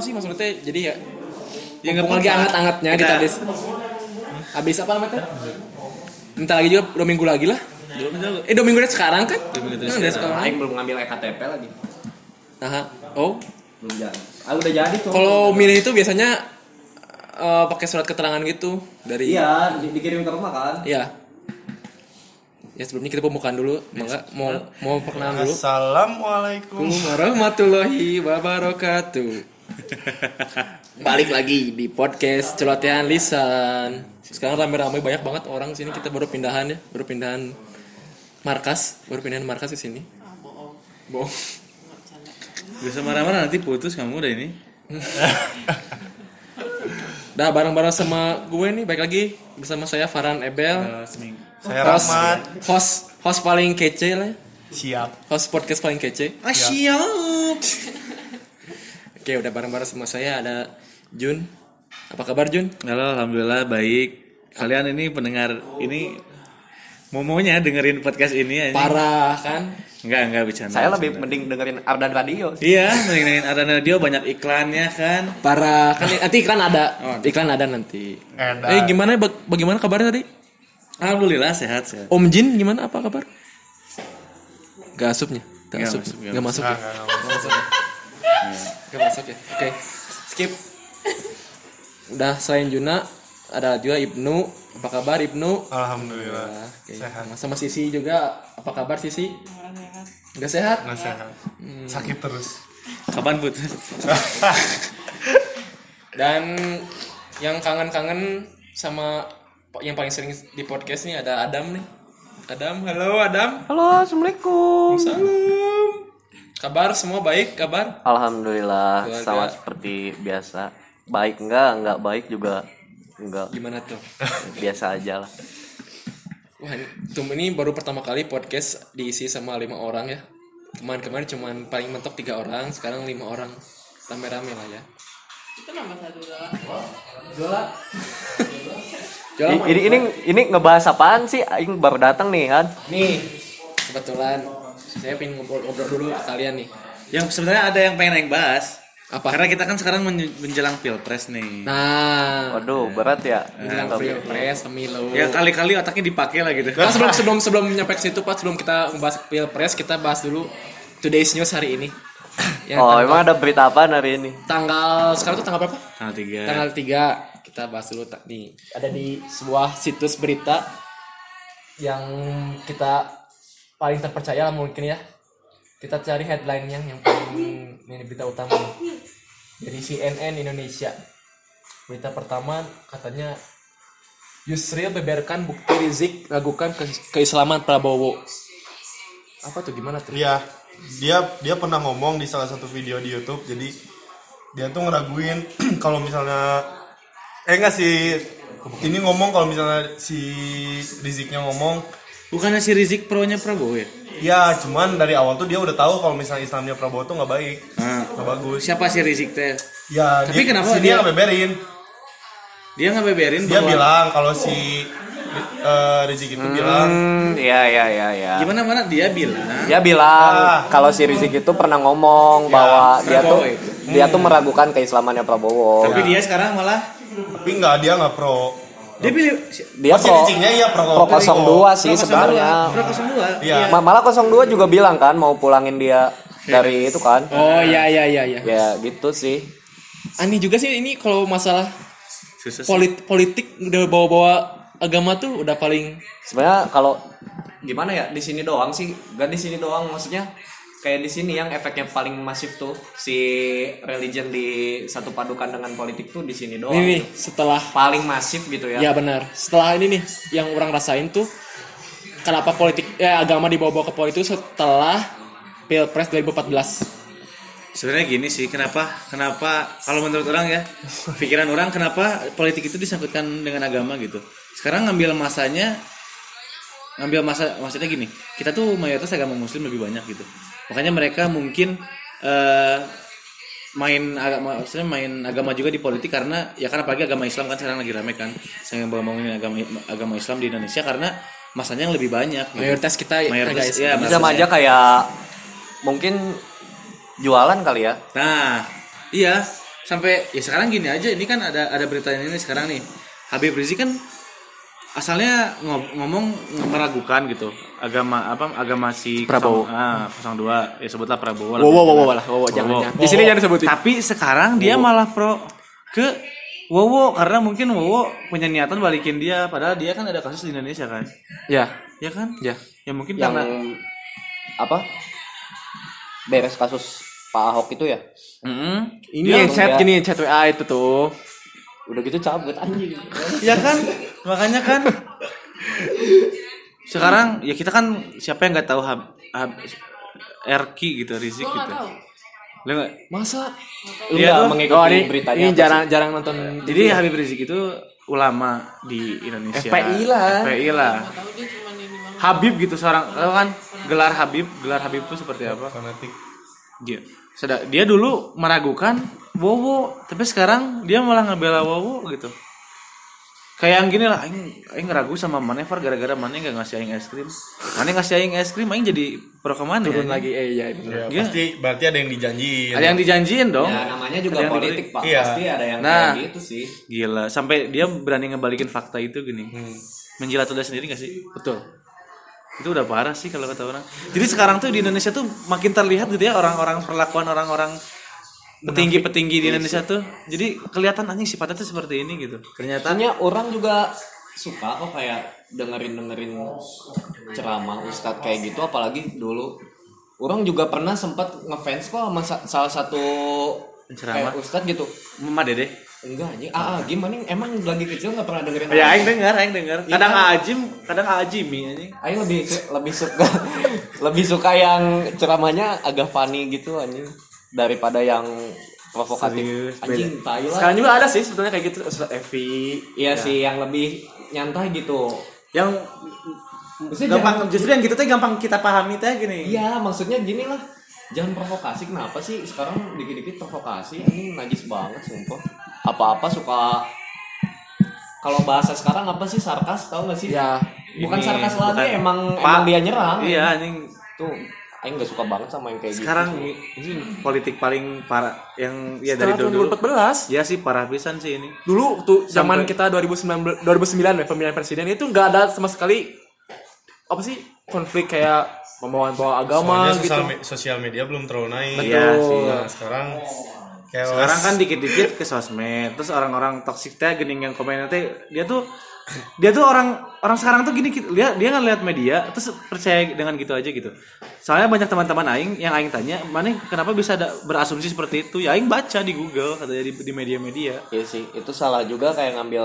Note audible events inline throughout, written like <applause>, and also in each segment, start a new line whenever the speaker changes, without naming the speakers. sih maksudnya jadi ya ya nggak
Mumpung lagi
apa-apa.
anget-angetnya kita
Nah,
habis habis apa namanya? teh? Bentar lagi juga dua minggu lagi lah.
dulu bener lu.
Eh dua minggu dari sekarang kan?
Dua minggu dari
Nah,
sekarang.
sekarang.
Aing belum ngambil E ektp lagi.
Aha. Oh,
Belum jadi. Ah udah jadi tuh.
kalau milih itu biasanya eh, pakai surat keterangan gitu dari
Iya, di- dikirim ke rumah kan.
Iya. Ya sebelumnya kita pembukaan dulu, mangga mau mau perkenalan dulu.
Assalamualaikum.
Assalamualaikum warahmatullahi wabarakatuh. Balik lagi di podcast celotehan lisan. Sekarang rame-rame banyak banget orang sini kita baru pindahan ya, baru pindahan markas, baru pindahan markas ke sini. Bohong.
Gak usah marah-marah nanti putus kamu udah ini
Dah bareng-bareng sama gue nih, baik lagi bersama saya Farhan Ebel,
Eh, seminggu
Saya Rahmat.
host host paling kece lah, ya.
Siap.
host podcast paling kece.
ah siap
Oke, udah bareng-bareng sama saya ada Jun. Apa kabar Jun?
halo alhamdulillah baik kalian ini pendengar ini momonya dengerin podcast ini aja
Parah kan?
enggak enggak bercanda
Saya lebih mending dengerin Ardan Radio.
iya dengerin Arana Radio banyak iklannya kan
Para kan nanti iklan ada. Iklan ada nanti.
Ada.
Eh gimana ba- bagaimana kabarnya tadi?
alhamdulillah sehat sehat
Om Jin gimana apa kabar? Gak asupnya. Gak
Nggak
asup.
masuk, nggak
Gak masuk. ya? Gak masuk ya. Oke. Skip. Udah selain Juna ada juga Ibnu. Apa kabar Ibnu?
Alhamdulillah.
Nah, oke.
Sehat.
Sama Sisi juga. Apa kabar Sisi? Gak sehat.
Nah, sehat. Sakit terus.
kapan putus
Dan yang kangen-kangen sama yang paling sering di podcast nih ada Adam nih. Adam, halo Adam.
Halo, assalamualaikum.
Salam. Kabar semua baik, kabar?
Alhamdulillah,
Keluarga.
sama seperti biasa. Baik enggak, enggak baik juga enggak
Gimana tuh?
biasa aja lah.
Wah, ini, Tum ini baru pertama kali podcast diisi sama lima orang ya. Kemarin-kemarin cuman paling mentok tiga orang, sekarang lima orang. Rame-rame lah ya. Itu nama satu Jola. Jola.
Ini ini ini ngebahas apaan sih? Aing baru datang nih kan.
Nih, kebetulan saya pengen ngobrol-ngobrol dulu ke kalian nih.
yang sebenarnya ada yang pengen yang bahas
Apa?
karena kita kan sekarang men- menjelang pilpres nih
Nah,
Waduh, Iya. berat ya.
bilang pilpres pemilu.
ya kali-kali otaknya dipakai lah gitu
Nah, sebelum sebelum sebelum nyampe ke situ Pak, sebelum kita membahas pilpres, kita bahas dulu today's news hari
<coughs>
ini. Yang
Oh,
tang-
emang ada berita apa hari ini?
tanggal sekarang tuh tanggal berapa?
tanggal tiga
Tanggal 3. Kita bahas dulu ta- nih. Ada di sebuah situs berita yang kita paling terpercaya lah mungkin ya. Kita cari headline yang yang paling ini berita utama nih. dari CNN Indonesia. Berita pertama katanya Yusril beberkan bukti Rizik ragukan ke- keislaman Prabowo. Apa tuh gimana tuh?
Iya. Dia dia pernah ngomong di salah satu video di YouTube. Jadi dia tuh ngeraguin <clears throat> kalau misalnya eh enggak sih ini ngomong kalau misalnya si Riziknya ngomong
bukannya si Rizik pro nya Prabowo ya
ya cuman dari awal tuh dia udah tahu kalau misalnya Islamnya Prabowo tuh nggak baik
Ah.
nggak bagus
siapa si Rizik teh
ya
Tapi
dia,
kenapa
si
dia-
dia ngebeberin
dia nggak beberin
dia
bahwa-
bilang kalau si eh, Rizik itu bilang
Hmm, iya iya iya iya.
gimana mana dia
Iya.
bilang
Dia bilang
Ah.
kalau si Rizik itu pernah ngomong bahwa dia
Prabowo
tuh
itu.
dia tuh meragukan keislamannya Prabowo.
tapi dia sekarang malah
tapi nggak dia nggak pro
dia pilih
Dia
Oh,
Ya,
si
pro,
Riziknya iya pro
pro 02 sih sebenarnya. Ya.
pro 02
Iya.
Ma- Malah 02 juga bilang kan mau pulangin dia dari itu kan.
Oh ya ya ya ya.
Ya gitu sih.
Aneh juga sih ini kalau masalah
susah sih.
Polit- politik udah bawa-bawa agama tuh udah paling
Sebenarnya kalau gimana ya di sini doang sih, gak di sini doang maksudnya kayak di sini yang efeknya paling masif tuh si religion di satu padukan dengan politik tuh di sini doang.
ini nih setelah
Paling masif gitu ya.
ya benar setelah ini nih yang orang rasain tuh kenapa politik ya agama dibawa-bawa ke politik setelah pilpres 2014
sebenarnya gini sih kenapa kenapa kalau menurut orang ya pikiran orang kenapa politik itu disangkutkan dengan agama gitu sekarang ngambil masanya ngambil masa maksudnya gini kita tuh mayoritas agama muslim lebih banyak gitu makanya mereka mungkin eh, main agama maksudnya main agama juga di politik karena ya karena apalagi agama Islam kan sekarang lagi rame kan saya bangunin agama agama Islam di Indonesia karena masanya yang lebih banyak gitu.
mayoritas kita guys.
Mayoritas, iya,
Ini
masanya.
sama aja kayak mungkin jualan kali ya.
Nah, iya. sampai ya sekarang gini aja ini kan ada ada berita ini sekarang nih Habib Rizik kan asalnya ngo- ngomong meragukan gitu agama apa agama si
Prabowo.
ah, 02 ya sebutlah Prabowo
Wow, wow, wow, wow, lah, wow, wow, jangan,
Wow.
jangan. Di sini jangan disebutin.
Tapi sekarang dia malah pro ke Wowo karena mungkin Wowo punya niatan balikin dia padahal dia kan ada kasus di Indonesia kan.
Ya,
Ya kan?
ya.
Ya mungkin
yang
karena
apa beres kasus Pak Ahok itu ya
Mm-mm.
Ini
Dia
yang chat
langsung
gini, chat WA itu tuh.
udah gitu cabut anjing
Ya kan? Makanya kan sekarang ya kita kan siapa yang nggak tahu hab, hab Erki gitu Rizik gitu. Lu nggak-
Masa?
lu
Iya,
nggak
tuh.
mengikuti
Oh, ini,
beritanya
ini
apa
jarang jarang nonton.
Jadi Habib Rizik itu ulama di Indonesia.
FPI lah.
FPI lah. Habib gitu seorang tau kan gelar Habib, gelar Habib itu seperti apa?
fanatik
Dia. Seda- dia dulu meragukan Wowo, tapi sekarang dia malah ngebela Wowo gitu. Kayak yang gini lah, aing aing ragu sama Manevar gara-gara Mane gak ngasih aing es krim. Mane ngasih aing es krim, aing jadi pro ke Mane.
Turun
anjing.
lagi eh ya. bener.
ya,
Iya.
pasti berarti ada yang dijanjiin
Ada yang dijanjiin dong.
Ya namanya juga
Ada yang
politik pak,
Iya.
pasti ada yang
Nah.
kayak gitu sih.
Gila, sampai dia berani ngebalikin fakta itu gini. Menjilat udah sendiri gak sih?
Betul.
itu udah parah sih kalau kata orang jadi sekarang tuh di Indonesia tuh makin terlihat gitu ya orang-orang perlakuan orang-orang petinggi-petinggi di Indonesia tuh jadi kelihatan anjing sifatnya tuh seperti ini gitu ternyata
Tanya orang juga suka kok kayak dengerin dengerin ceramah ustadz kayak gitu, apalagi dulu orang juga pernah sempat ngefans kok sama sa- salah satu kayak
Ceramah?
ustadz gitu.
Mama Dede
Enggak anjing, ah, ah, gimana emang lagi kecil nggak pernah dengerin.
ya
orang?
aing dengar aing dengar kadang Ajim kadang Ajimi anjing
Aing lebih su- lebih suka <laughs> lebih suka yang ceramahnya agak funny gitu anjing daripada yang provokatif
Serius,
anjing tai lah.
Sekarang juga ada sih sebetulnya kayak gitu Ustaz Evi.
Iya sih yang lebih nyantai gitu.
yang
Maksudnya jangan-
gampang justru yang gitu teh gampang kita pahami teh gini
Iya, maksudnya gini lah. Jangan provokasi kenapa sih? Sekarang dikit-dikit provokasi ini najis banget sumpah. Apa-apa suka kalau bahasa sekarang apa sih sarkas tau gak sih?
Ya,
bukan
ini,
sarkas lagi
bukan.
emang
Pak.
emang dia nyerang.
iya anjing
Tuh, aing gak suka banget sama yang kayak gitu.
sekarang ini politik paling parah yang ya dari
Setelah tahun
dulu
2014
ya sih parah pisan sih ini
dulu tuh zaman
Sampai-
kita 2019 2009 ya, pemilihan presiden itu nggak ada sama sekali apa sih konflik kayak pembawaan bawa agama
Soalnya
gitu.
sosial, me- sosial media belum terlalu naik
Iya sih.
nah sekarang chaos.
sekarang kan dikit-dikit ke sosmed terus orang-orang toksik teh gening yang komen teh dia tuh dia tuh orang orang sekarang tuh gini ki- dia dia kan lihat media terus percaya dengan gitu aja gitu soalnya banyak teman-teman aing yang aing tanya mana kenapa bisa ada berasumsi seperti itu ya aing baca di Google katanya di, di media-media
Iya sih itu salah juga kayak ngambil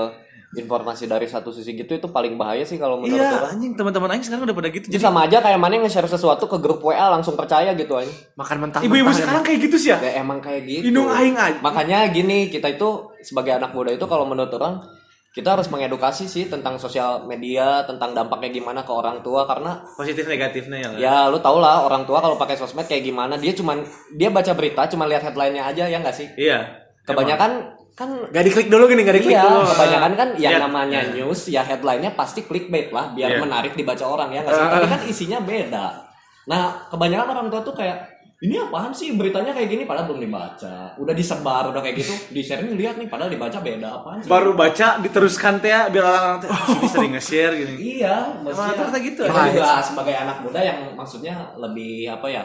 informasi dari satu sisi gitu itu paling bahaya sih kalau menurut
iya
orang
anjing teman-teman aing sekarang udah pada gitu
jadi
jadi
sama aja kayak mana yang nge-share sesuatu ke grup WA langsung percaya gitu aja
Makan mentah.
ibu-ibu sekarang kayak gitu sih ya
ya emang kayak gitu
Indung aing aja
makanya gini kita itu sebagai anak muda itu kalau menurut orang kita harus mengedukasi sih tentang sosial media tentang dampaknya gimana ke orang tua karena
positif negatifnya ya lah.
Ya lu tau lah orang tua kalau pakai sosmed kayak gimana dia cuman dia baca berita cuman lihat headline-nya aja ya nggak sih
iya
kebanyakan kan
Gak diklik dulu gini, gak diklik
iya
dulu.
kebanyakan kan yang
Lihat.
namanya news ya headline-nya pasti clickbait lah biar
Iya. Eh.
menarik dibaca orang ya nggak sih tapi kan isinya beda nah kebanyakan orang tua tuh kayak ini apaan sih beritanya kayak gini padahal belum dibaca udah disebar udah kayak gitu di share nih lihat nih padahal dibaca beda apaan sih
baru baca diteruskan teh ya, biar
Oh.
orang-orang teh "Sini sering nge-share gini
Iya, maksudnya
rata-rata gitu
kita
aja.
juga sebagai anak muda yang maksudnya lebih apa ya?
Iya.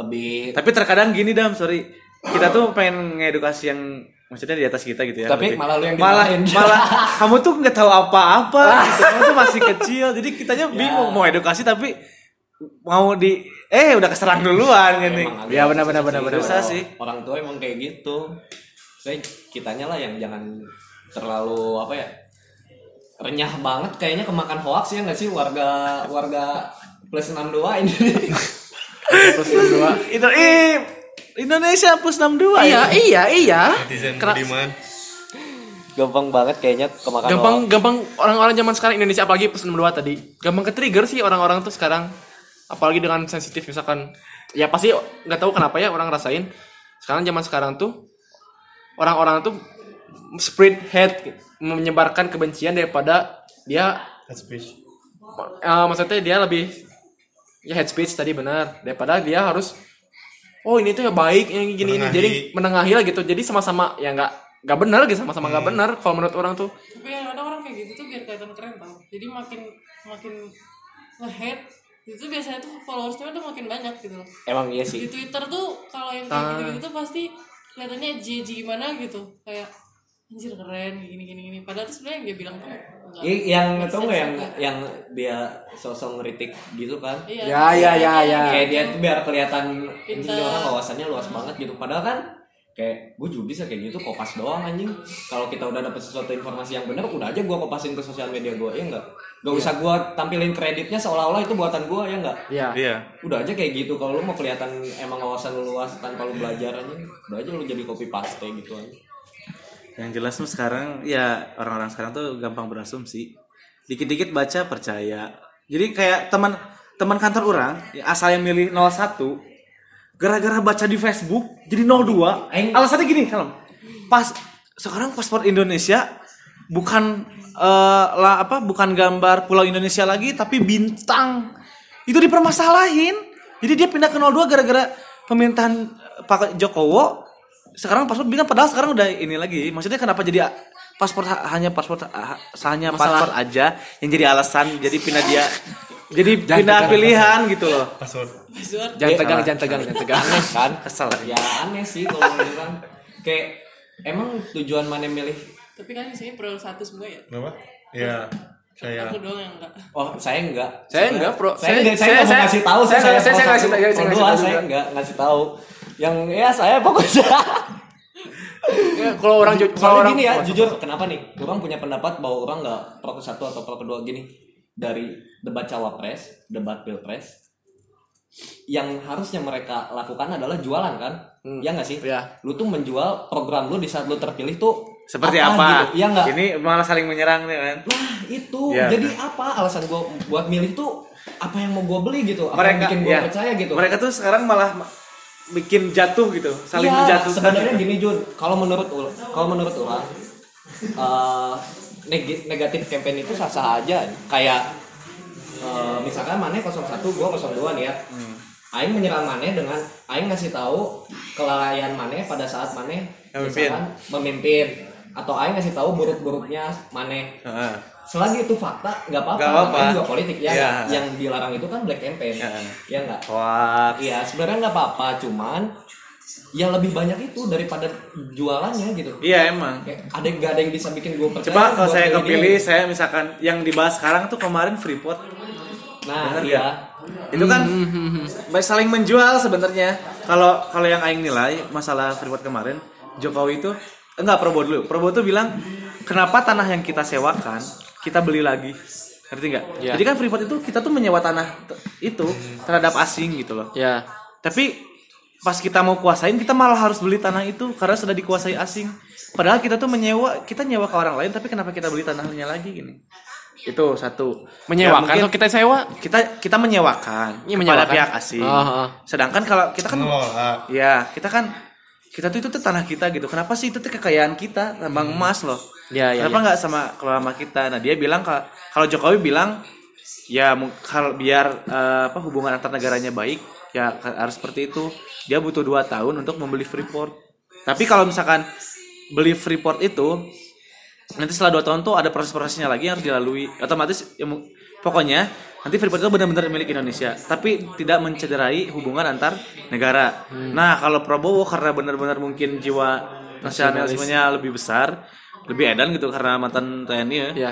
Lebih
Tapi terkadang gini dam, sorry. Kita tuh pengen ngedukasi yang maksudnya di atas kita gitu ya.
Tapi
Berarti.
malah lu yang
malah,
dimarahin. <laughs>
malah kamu tuh nggak tahu apa-apa.
Ah.
gitu. Kamu tuh masih kecil, jadi kitanya
Ya.
bingung mau edukasi tapi mau di eh udah keserang duluan gini.
Iya, emang agak
Ya benar benar benar benar.
Susah sih.
orang tua emang kayak gitu. Saya kitanya lah yang jangan terlalu apa ya? Renyah banget kayaknya kemakan hoax ya nggak sih warga warga plus 62 ini.
Terus kedua.
Itu ih, Indonesia plus
Iya,
62 ya.
iya, iya.
netizen
Kena-
budiman
Gampang banget kayaknya kemakan
Gampang gampang orang-orang zaman sekarang Indonesia apalagi plus 62 tadi. Gampang ke-trigger sih orang-orang tuh sekarang. Apalagi dengan sensitif misalkan. Ya pasti nggak tahu kenapa ya orang rasain. Sekarang zaman sekarang tuh orang-orang tuh spread hate menyebarkan kebencian daripada dia
Hate speech
Eh, maksudnya dia lebih ya head speech tadi benar daripada dia harus oh ini tuh ya baik yang gini ini
Menengahi.
jadi menengahi lah gitu jadi sama-sama ya nggak nggak benar gitu sama-sama nggak
Hmm.
benar kalau menurut orang tuh
tapi yang ada orang kayak gitu tuh biar kelihatan keren tau jadi makin makin nge-hate itu biasanya tuh followersnya tuh makin banyak gitu loh
Emang iya sih.
di Twitter tuh kalau yang kayak gitu gitu tuh pasti kelihatannya jj gimana gitu kayak anjir keren gini gini gini padahal tuh sebenarnya yang dia bilang tuh enggak.
Iya.
Ini yang
Nggak
tau nggak yang
bisa juga.
yang dia sosok ngeritik gitu kan?
iya
Ya, ya, ya, ya.
Kayak dia tuh biar kelihatan anjing
Pintar.
dia orang wawasannya luas banget gitu. Padahal kan kayak gue juga bisa kayak gitu kopas doang anjing. Kalau kita udah dapet sesuatu informasi yang benar, udah aja gue kopasin ke sosial media gue ya enggak. Gak usah gue tampilin kreditnya seolah-olah itu buatan gue ya enggak.
ya
Iya.
Udah aja kayak gitu kalau lu mau kelihatan emang wawasan lu luas tanpa lu belajar anjing. Udah aja lu jadi copy paste gitu anjing.
Yang jelas tuh sekarang ya orang-orang sekarang tuh gampang berasumsi. Dikit-dikit baca percaya. Jadi kayak teman teman kantor orang ya asal yang milih 01 gara-gara baca di Facebook jadi 02.
Aing-
Alasannya gini, Helm. Pas sekarang paspor Indonesia bukan eh, lah apa bukan gambar pulau Indonesia lagi tapi bintang. Itu dipermasalahin. Jadi dia pindah ke 02 gara-gara pemerintahan eh, Pak Jokowo sekarang paspor bintang padahal sekarang udah ini lagi. Maksudnya kenapa jadi a- paspor ha- hanya paspor ha- hanya paspor aja yang jadi alasan jadi pindah dia jadi pindah pilihan gitu loh.
password
Buzzword.
jangan tegang jangan tegang jangan
<laughs>
tegang
kan
Kesel.
ya aneh sih kalau misalkan kayak emang tujuan mana milih
tapi kan di sini pro satu semua ya
kenapa ya
Iya.
saya
aku doang yang enggak
oh saya enggak
Saya enggak, Pro. Saya-
saya enggak saya,
saya- saya-
enggak mau ngasih tahu
saya- saya- saya- saya
mau
ngasih-
ngasih-
saya- saya
mau
ngasih
doa,
tahu
saya
juga.
enggak ngasih tahu yang ya saya
<laughs>
pokoknya
Ya, kalau orang ju- kalau
soalnya
orang
gini ya jujur kenapa nih orang punya pendapat bahwa orang nggak pro ke satu atau pro kedua gini dari debat cawapres debat pilpres yang harusnya mereka lakukan adalah jualan kan ya nggak sih
Iya.
lu tuh menjual program lu di saat lu terpilih tuh
Seperti apa?
gitu. ya nggak
Ini malah saling menyerang nih kan.
Nah itu
Ya.
jadi apa alasan gue buat milih tuh apa yang mau gue beli gitu apa yang bikin gue
ya,
percaya gitu
Mereka tuh sekarang malah ma- bikin jatuh gitu, saling
Iya,
menjatuhkan.
sebenarnya
gitu.
gini Jun kalau menurut ul- kalau menurut orang eh, neg- negatif campaign itu sah sah aja kayak eh, misalkan mana 01 gue 02 nih ya
Hmm.
Aing menyerang Mane dengan Aing ngasih tahu kelalaian Mane pada saat Mane
Memimpin.
misalkan memimpin atau Aing ngasih tahu buruk-buruknya Mane
Heeh.
selagi itu fakta nggak apa-apa
Nggak apa-apa.
namanya juga politik ya
Iya.
yang dilarang itu kan black campaign
Iya.
ya nggak
Wah,
iya sebenarnya nggak apa-apa cuman ya lebih banyak itu daripada jualannya gitu
iya emang.
Kayak ada nggak ada yang bisa bikin gue percaya
Coba kalau
Iya, gua
saya
pilih
kepilih,
dia.
saya misalkan yang dibahas sekarang tuh kemarin Freeport,
nah
Bener
iya
nggak? itu kan
Hmm,
baik saling menjual sebenarnya. Kalau kalau yang Aing nilai masalah Freeport kemarin, Jokowi itu enggak Prabowo dulu. Prabowo tuh bilang kenapa tanah yang kita sewakan kita beli lagi, ngerti nggak?
Iya.
Jadi kan Freeport itu kita tuh menyewa tanah t- itu
Hmm.
terhadap asing gitu loh.
ya
Tapi pas kita mau kuasain kita malah harus beli tanah itu karena sudah dikuasai asing. Padahal kita tuh menyewa, kita nyewa ke orang lain tapi kenapa kita beli tanahnya lagi gini? Itu satu.
menyewakan
Ya,
atau
mungkin
kita sewa
kita kita menyewakan
Iya,
kepada
menyewakan.
pihak asing.
Ah, ah.
Sedangkan kalau kita kan
ngelola
ya, kita kan kita tuh itu tuh tanah kita gitu. Kenapa sih itu tuh kekayaan kita, tambang emas loh.
Hmm. Ya, ya,
Kenapa
ya.
nggak sama kelola sama kita? Nah, dia bilang kalau kalau Jokowi bilang ya mu- kalau biar eh, apa hubungan antar negaranya baik ya ka- harus seperti itu. Dia butuh dua tahun untuk membeli Freeport. Tapi kalau misalkan beli Freeport itu nanti setelah dua tahun tuh ada proses-prosesnya lagi yang harus dilalui otomatis ya, mu- pokoknya nanti Freeport itu benar-benar milik Indonesia tapi tidak mencederai hubungan antar negara nah kalau Prabowo karena benar-benar mungkin jiwa nasionalismenya lebih besar lebih edan gitu karena mantan TNI ya
Iya.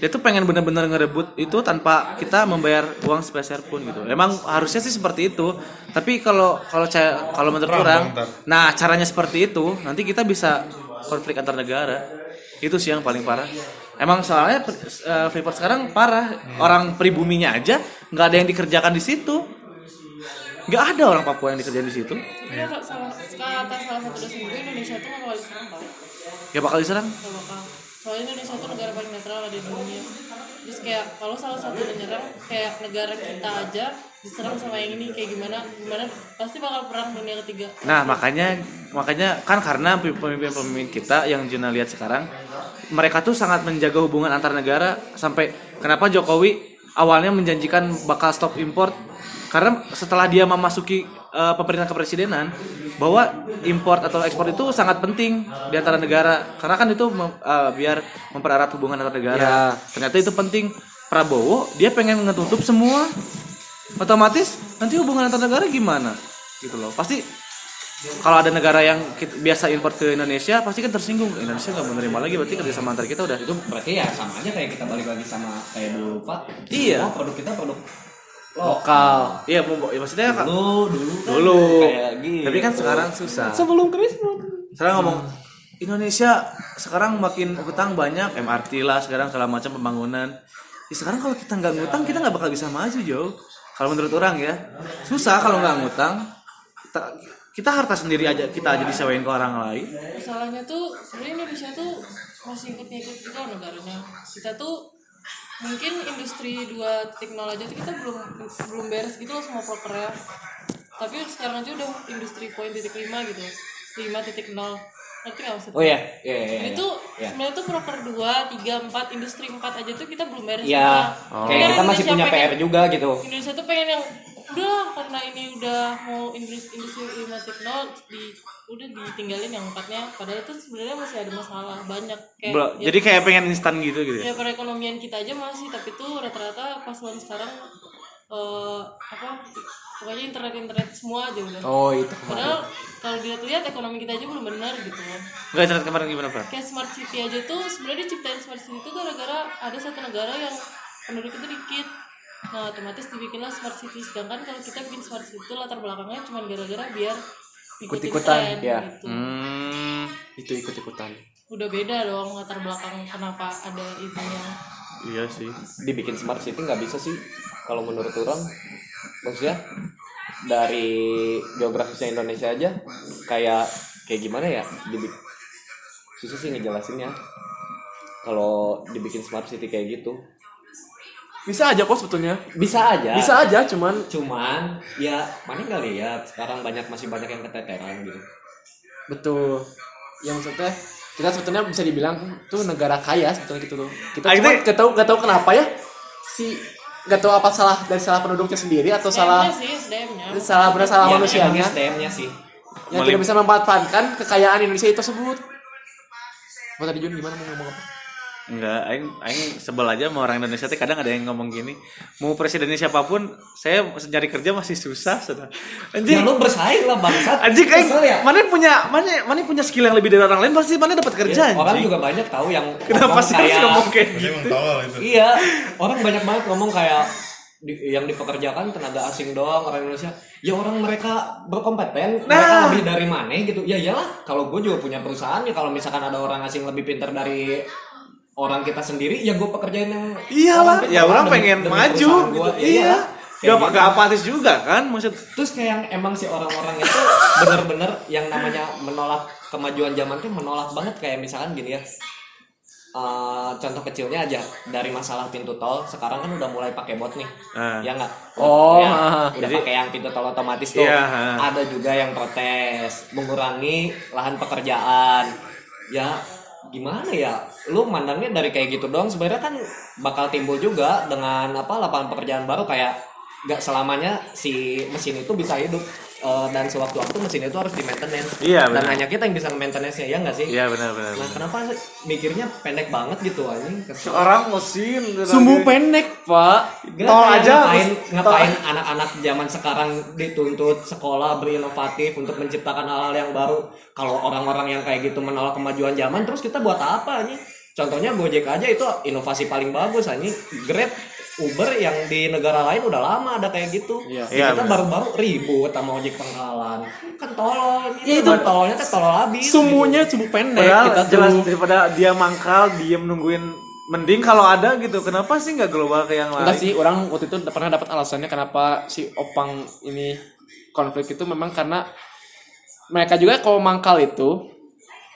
dia tuh pengen benar-benar ngerebut itu tanpa kita membayar uang sepeser pun gitu emang harusnya sih seperti itu tapi kalau kalau saya kalau menurut
Perang
orang
dong, ntar.
Nah, caranya seperti itu, nanti kita bisa konflik antar negara. Itu sih yang paling parah. Emang soalnya eh, Freeport sekarang parah. Orang pribuminya aja nggak ada yang dikerjakan di situ. Nggak ada orang Papua yang dikerjain di situ.
tapi
Iya.
kalau salah kata salah satu dosen gue Indonesia tuh nggak bakal diserang tau
Ya bakal diserang.
nggak bakal soalnya Indonesia tuh negara paling netral ada di dunia terus kayak kalau salah satu menyerang kayak negara kita aja diserang sama yang ini kayak gimana gimana pasti bakal perang dunia ketiga
Nah, makanya makanya kan karena pemimpin-pemimpin kita yang Juna lihat sekarang mereka tuh sangat menjaga hubungan antar negara sampai kenapa Jokowi awalnya menjanjikan bakal stop import karena setelah dia memasuki eh, eh, pemerintah kepresidenan bahwa import atau ekspor itu sangat penting di antara negara karena kan itu mem- eh, biar mempererat hubungan antar negara.
Ya.
Ternyata itu penting. Prabowo dia pengen ngetutup semua otomatis nanti hubungan antar negara gimana gitu loh pasti kalau ada negara yang kit- biasa impor ke Indonesia pasti kan tersinggung Indonesia nggak menerima lagi berarti kerjasama antar kita udah
itu berarti ya sama aja kayak kita balik lagi sama kayak dulu pak
Iya.
Semua produk kita produk
lokal
iya mau ya maksudnya kan-
dulu dulu kan
dulu
kayak gitu. gini
tapi kan sekarang susah
sebelum Christmas
sekarang ngomong Indonesia sekarang makin hutang banyak MRT lah sekarang segala macam pembangunan Ya, sekarang kalau kita nggak ngutang kita nggak bakal bisa maju Jo kalau menurut orang ya susah kalau nggak ngutang kita, kita harta sendiri aja kita aja disewain ke orang lain
masalahnya tuh sebenarnya Indonesia tuh masih ikut-ikut juga negaranya kita tuh mungkin industri 2.0 aja tuh kita belum belum beres gitu loh semua prokernya tapi sekarang aja udah industri poin titik lima gitu 5.0 titik nol ngerti nggak maksudnya
oh
iya.
ya ya ya
Iya,
itu sebenarnya tuh proker 2, 3, 4, industri 4 aja tuh kita belum beres
Iya.
Iya.
ya
semua.
kayak
Oh.
kita
Karena
masih
Indonesia
punya
pengen-
PR juga gitu
Indonesia tuh pengen yang udah karena ini udah mau industri industri lima nol di udah ditinggalin yang empatnya padahal itu sebenarnya masih ada masalah banyak kayak
Bro,
ya,
jadi kayak pengen instan gitu gitu ya
ya perekonomian kita aja masih tapi tuh rata-rata paslon sekarang eh apa pokoknya internet internet semua aja udah
oh itu
padahal kalau dilihat-lihat ekonomi kita aja belum benar gitu
nggak internet kemarin gimana pak
kayak smart city aja tuh sebenarnya diciptain smart city itu gara-gara ada satu negara yang penduduk itu dikit nah otomatis dibikinlah smart city sedangkan kalau kita bikin smart city itu latar belakangnya cuma gara-gara biar ikutin
Ikut-ikutan,
tren
ya.
gitu
hmm,
itu ikut ikutan
udah beda dong latar belakang kenapa ada itunya
iya sih
dibikin smart city nggak bisa sih kalau menurut orang maksudnya dari geografisnya Indonesia aja kayak kayak gimana ya dibi- susah sih ngejelasinnya kalau dibikin smart city kayak gitu
bisa aja kok sebetulnya
Iya.
bisa aja
bisa aja cuman
cuman ya mana nggak lihat sekarang banyak masih banyak yang keteteran gitu
betul yang maksudnya kita sebetulnya bisa dibilang tuh negara kaya sebetulnya gitu tuh kita
Ah,
cuma
itu-
nggak tahu nggak tahu kenapa ya si nggak tahu apa salah dari salah penduduknya sendiri atau
SDM-nya
salah
sih SDM-nya
salah benar
Ah,
salah
ya,
manusianya
emang SDM-nya sih
yang tidak bisa memanfaatkan kekayaan Indonesia itu tersebut Apa tadi Jun gimana mau ngomong apa?
Enggak, aing aing sebel aja sama orang Indonesia teh kadang ada yang ngomong gini, mau presidennya siapapun, saya nyari kerja masih susah sudah.
ya
Anjing,
lu bersaing lah bangsat
anjing aing,
Kesel ya?
mana punya mana mana punya skill yang lebih dari orang lain pasti mana dapat kerja
orang
anjing.
juga banyak tahu yang
<laughs> Kenapa
ngomong
sih harus
kayak-
ngomong kayak
Jadi
gitu?
emang tolol itu.
Iya, orang banyak banget ngomong kayak di- yang dipekerjakan tenaga asing doang orang Indonesia. Ya orang mereka berkompeten, mereka
Nah.
lebih dari mana gitu. Ya iyalah, kalau gue juga punya perusahaan ya kalau misalkan ada orang asing lebih pintar dari orang kita sendiri, ya gue pekerjain yang
Iyalah,
pintar
ya orang
demi-
pengen
demi
maju
perusahaan
gitu.
gua. Ya
Iya.
iyalah, kayak
Gak,
gitu.
gak apatis juga kan maksud
Terus kayak yang emang si orang-orang itu <laughs> bener-bener yang namanya menolak kemajuan zaman tuh menolak banget kayak misalkan gini ya. Eh, contoh kecilnya aja dari masalah pintu tol sekarang kan udah mulai pakai bot nih.
Ah.
Ya enggak?
Oh,
Ya,
ah.
udah pakai yang pintu tol otomatis tuh.
Iya, ah.
Ada juga yang protes mengurangi lahan pekerjaan. Ya gimana ya? Lu mandangnya dari kayak gitu doang sebenarnya kan bakal timbul juga dengan apa lapangan pekerjaan baru kayak nggak selamanya si mesin itu bisa hidup Eh, dan sewaktu-waktu mesin itu harus di maintenance
Iya,
dan
benar.
hanya kita yang bisa maintenance nya ya nggak sih
Iya benar benar.
nah kenapa sih mikirnya pendek banget gitu anjing kesel
Orang mesin gitu.
Sumbu pendek pak
Gak,
Tol
kayak
aja
ngapain,
harus-
ngapain anak-anak zaman sekarang dituntut sekolah berinovatif untuk menciptakan hal-hal yang baru kalau orang-orang yang kayak gitu menolak kemajuan zaman terus kita buat apa anjing contohnya Gojek aja itu inovasi paling bagus anjing Grab Uber yang di negara lain udah lama ada kayak gitu
Iya.
Ya,
Iya,
kita
benar.
baru-baru ribut sama ojek pangkalan kan tolol
Ya,
ini
itu-
buat tololnya kan tolol habis
Sumunya sumbu pendek
Padahal
kita
jelas
tuh
daripada dia mangkal, diem nungguin mending kalau ada gitu. Kenapa sih nggak global ke yang
Enggak
lain?
sih, orang waktu itu pernah dapat alasannya kenapa si Opang ini konflik itu memang karena mereka juga kalau mangkal itu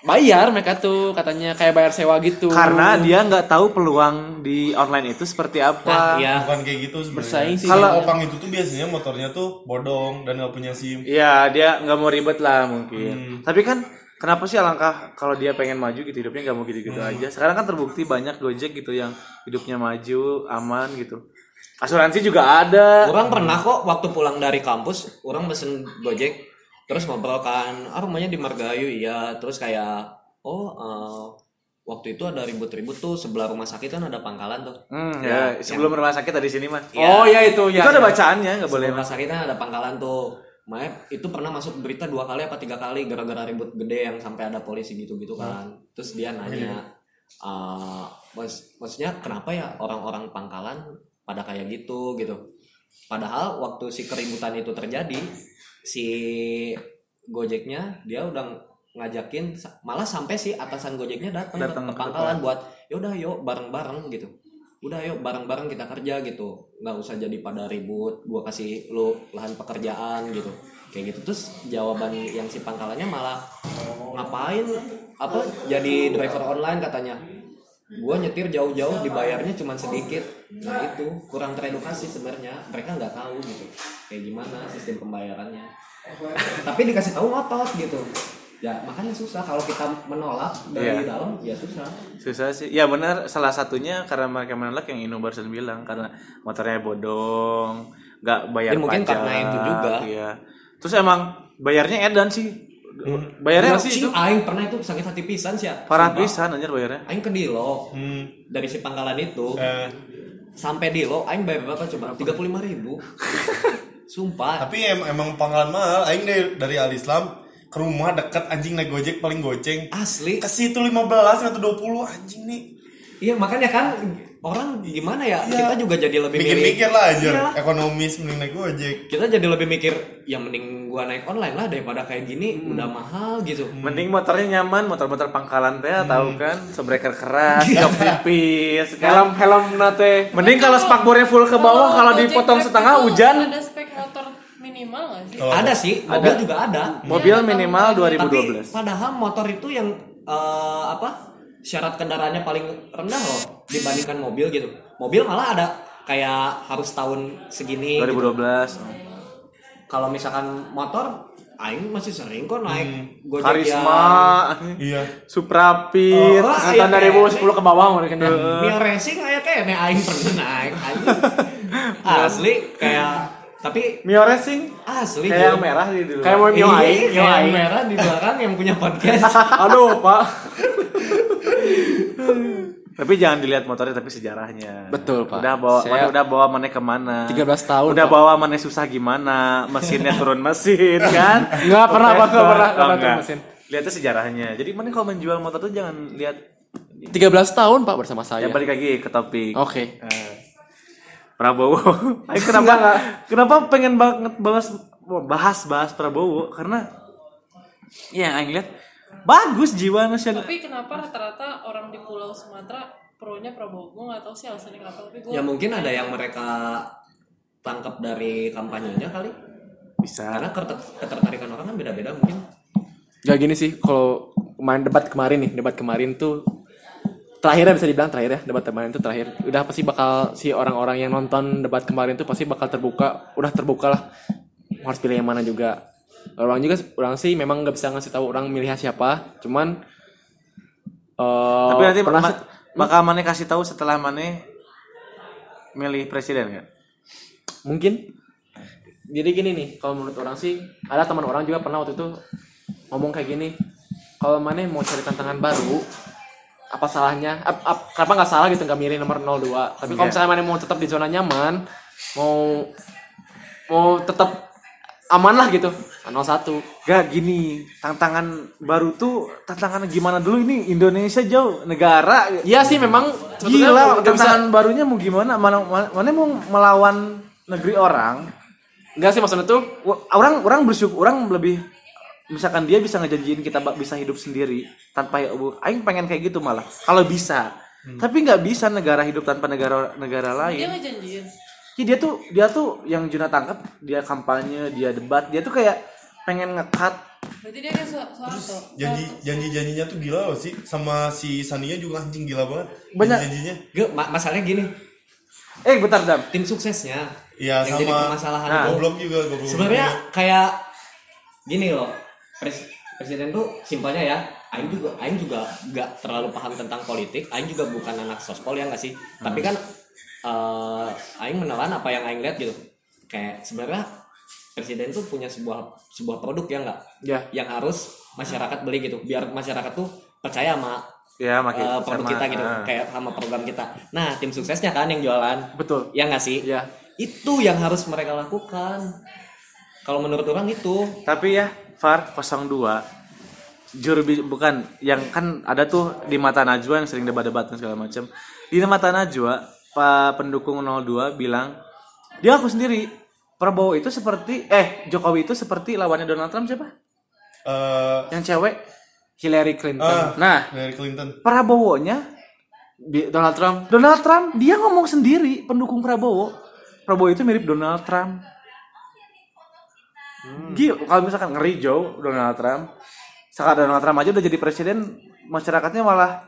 bayar mereka tuh katanya kayak bayar sewa gitu.
Karena dia nggak tahu peluang di online itu seperti
nah,
apa.
iya
Bukan kayak gitu
bersaing
sebenarnya.
sih.
Kalau
Kalau-
opang itu tuh biasanya motornya tuh bodong dan nggak punya SIM.
Iya, dia nggak mau ribet lah
Hmm.
mungkin. Tapi kan kenapa sih alangkah kalau dia pengen maju gitu hidupnya nggak mau
Hmm.
gitu-gitu aja. Sekarang kan terbukti banyak Gojek gitu yang hidupnya maju, aman gitu. Asuransi juga ada.
Orang pernah kok waktu pulang dari kampus, orang pesen Gojek, terus ngobrol kan, ah rumahnya di Margahayu iya, terus kayak oh eh, waktu itu ada ribut-ribut tuh sebelah rumah sakit kan ada pangkalan tuh.
Hmm, ya, sebelum rumah sakit ada di sini mah.
Iya.
Oh ya itu ya.
Itu ada bacaannya, nggak boleh.
Sebelum rumah sakit kan ada pangkalan tuh. Maaf, itu pernah masuk berita dua kali apa tiga kali gara-gara ribut gede yang sampai ada polisi gitu-gitu
Iya.
kan. Terus dia nanya, "Eh, mas, maksudnya kenapa ya orang-orang pangkalan pada kayak gitu gitu. Padahal waktu si keributan itu terjadi, si Gojeknya dia udah ngajakin malah sampai si atasan Gojeknya datang ke
Datang
ke
ke
pangkalan buat ya udah yuk bareng-bareng gitu. Udah yuk bareng-bareng kita kerja gitu. nggak usah jadi pada ribut, gua kasih lu lahan pekerjaan gitu. Kayak gitu terus jawaban yang si pangkalannya malah ngapain apa jadi driver online katanya gua nyetir jauh-jauh dibayarnya cuman sedikit nah itu kurang teredukasi sebenarnya mereka nggak tahu gitu kayak gimana sistem pembayarannya tapi dikasih tahu ngotot gitu ya makanya susah kalau kita menolak dari
Iya.
dalam ya susah
Susah sih. Ya benar, salah satunya karena mereka menolak yang Inu barusan bilang karena motornya bodong, nggak bayar
Ya, mungkin
pajak.
karena itu juga.
Iya. Terus emang bayarnya edan sih.
Hmm.
Bayarnya Iya, sih
Cing,
itu
aing pernah itu sakit hati pisan sih ya
parah
Sumpah.
pisan anjir bayarnya.
aing ke Dilo
Hmm.
dari si pangkalan itu
Eh,
sampai Dilo aing bayar berapa coba tiga puluh lima
<laughs>
ribu sumpah
tapi em- emang pangkalan mahal. Aing dari, dari Al Islam ke rumah dekat anjing naik gojek paling goceng.
asli
Ke situ 15 atau 20 anjing nih.
iya makanya kan orang gimana ya,
Iya.
kita juga jadi lebih milih-
Mikir-mikir lah anjir.
Iyalah.
Ekonomis mending naik gojek.
kita jadi lebih mikir yang mending gua naik online lah daripada kayak gini
Hmm.
udah mahal gitu
Mending motornya nyaman, motor-motor pangkalan
Hmm.
teh tahu kan, sobreker keras,
Iya.
jok tipis, helm helm nate. Mending kalau spakbornya full ke bawah, kalau
Gojek
dipotong
Grab
setengah
itu
hujan,
Ada spek motor minimal nggak sih?
Kalau-
ada sih mobil juga ada
mobil
Iya,
minimal
kalau-
tapi
2012.
padahal motor itu yang eh, apa syarat kendaraannya paling rendah loh dibandingkan mobil gitu mobil malah ada kayak harus tahun segini gitu.
2012.
kalau misalkan motor aing masih sering kok naik
Hmm.
Gojek ya.
Karisma,
Iya.
Suprapit,
Oh,
angkatan
iya,
dari
iya.
10 ke bawah mereka.
yang Mio Racing kayak kayaknya aing pernah
<laughs>
naik anjing. asli kayak tapi
Mio Racing
asli
kayak
gitu.
yang merah di dulu.
Kayak mau
Iya,
Mio Aing,
kayak
Mio
yang
Aing.
merah di belakang yang punya
<laughs>
podcast.
Aduh, Pak. tapi jangan dilihat motornya tapi sejarahnya.
Betul, Pak.
Udah bawa
Saya-
mana udah bawa mana kemana?
13 tahun,
Udah
Pak.
bawa mana susah gimana?
<laughs>
Mesinnya turun mesin kan?
Nggak pernah, Pak. Nggak pernah, nggak pernah
Oh, nggak.
turun mesin.
Lihatnya sejarahnya. Jadi mana kalau menjual motor tuh jangan lihat
13 tahun Pak bersama saya.
ya balik lagi ke topik.
Oke.
Eh, <laughs> Prabowo. Ayo kenapa kenapa pengen banget bahas bahas bahas Prabowo karena ya yang lihat bagus jiwa nasional.
Tapi kenapa rata-rata orang di Pulau Sumatera pro-nya Prabowo? Gue nggak tahu sih alasannya kenapa. Tapi gue
ya mungkin ada yang mereka tangkap dari kampanyenya kali.
Bisa.
Karena keter- ketertarikan orang kan beda-beda mungkin.
Gak gini sih kalau main debat kemarin nih, debat kemarin tuh terakhir ya bisa dibilang terakhir ya debat kemarin tuh terakhir udah pasti bakal si orang-orang yang nonton debat kemarin tuh pasti bakal terbuka udah terbuka lah harus pilih yang mana juga orang juga orang sih memang nggak bisa ngasih tahu orang milih siapa cuman eh,
Tapi nanti
pernah
ma- bakal Mane kasih tahu setelah Mane milih presiden ya.
mungkin jadi gini nih kalau menurut orang sih ada teman orang juga pernah waktu itu ngomong kayak gini kalau mana mau cari tantangan baru apa salahnya ap, ap- kenapa nggak salah gitu nggak milih nomor 02 tapi kalau
Iya.
misalnya mana mau tetap di zona nyaman mau mau tetap aman lah gitu 01
Gak gini, tantangan baru tuh tantangan gimana dulu ini Indonesia jauh negara
Iya sih memang
Gila,
nggak bisa-
tantangan barunya mau gimana? Mana, mana, mana mau melawan negeri orang?
nggak sih maksudnya tuh
Wa- Orang orang bersyukur, orang lebih misalkan dia bisa ngejanjiin kita bak- bisa hidup sendiri tanpa ya bu, aing pengen kayak gitu malah. Kalau bisa, tapi nggak bisa negara hidup tanpa negara negara
dia
lain.
nggak janjiin.
Jadi dia tuh dia tuh yang Juna tangkap, dia kampanye, dia debat, dia tuh kayak pengen ngekat.
Berarti dia kayak Su- Soeharto.
Janji janji janjinya tuh gila loh sih sama si Sania juga anjing gila banget.
Banyak.
janjinya.
Gak, ma- masalahnya gini,
Eh bentar dam,
tim suksesnya
Iya,
yang jadi
sama-
permasalahan
Nah.
itu.
Goblok juga goblok.
Sebenarnya kayak gini loh, pres- presiden tuh simpelnya ya, Aing juga Aing juga nggak terlalu paham tentang politik, Aing juga bukan anak sospol ya nggak sih, tapi kan eh, aing menelan apa yang aing lihat gitu kayak sebenarnya presiden tuh punya sebuah sebuah produk ya enggak
Ya.
yang harus masyarakat beli gitu biar masyarakat tuh percaya sama
ya makin
eh, produk
sama,
kita gitu
ah.
kayak sama program kita nah tim suksesnya kan yang jualan
Betul.
ya nggak sih
Ya.
itu yang harus mereka lakukan kalau menurut orang itu
Tapi ya VAR 02 juru bi- bukan yang kan ada tuh di mata Najwa yang sering debat-debat dan segala macam. Di mata Najwa Pak pendukung 02 bilang dia aku sendiri Prabowo itu seperti eh Jokowi itu seperti lawannya Donald Trump siapa?
Eh,
Yang cewek.
Hillary Clinton.
Ah.
Nah,
Hillary Clinton.
Prabowo-nya
Bi- Donald Trump.
Donald Trump dia ngomong sendiri pendukung Prabowo. Prabowo itu mirip Donald Trump. Gila, kalau misalkan ngeri jauh Donald Trump. Sekarang Donald Trump aja udah jadi presiden, masyarakatnya malah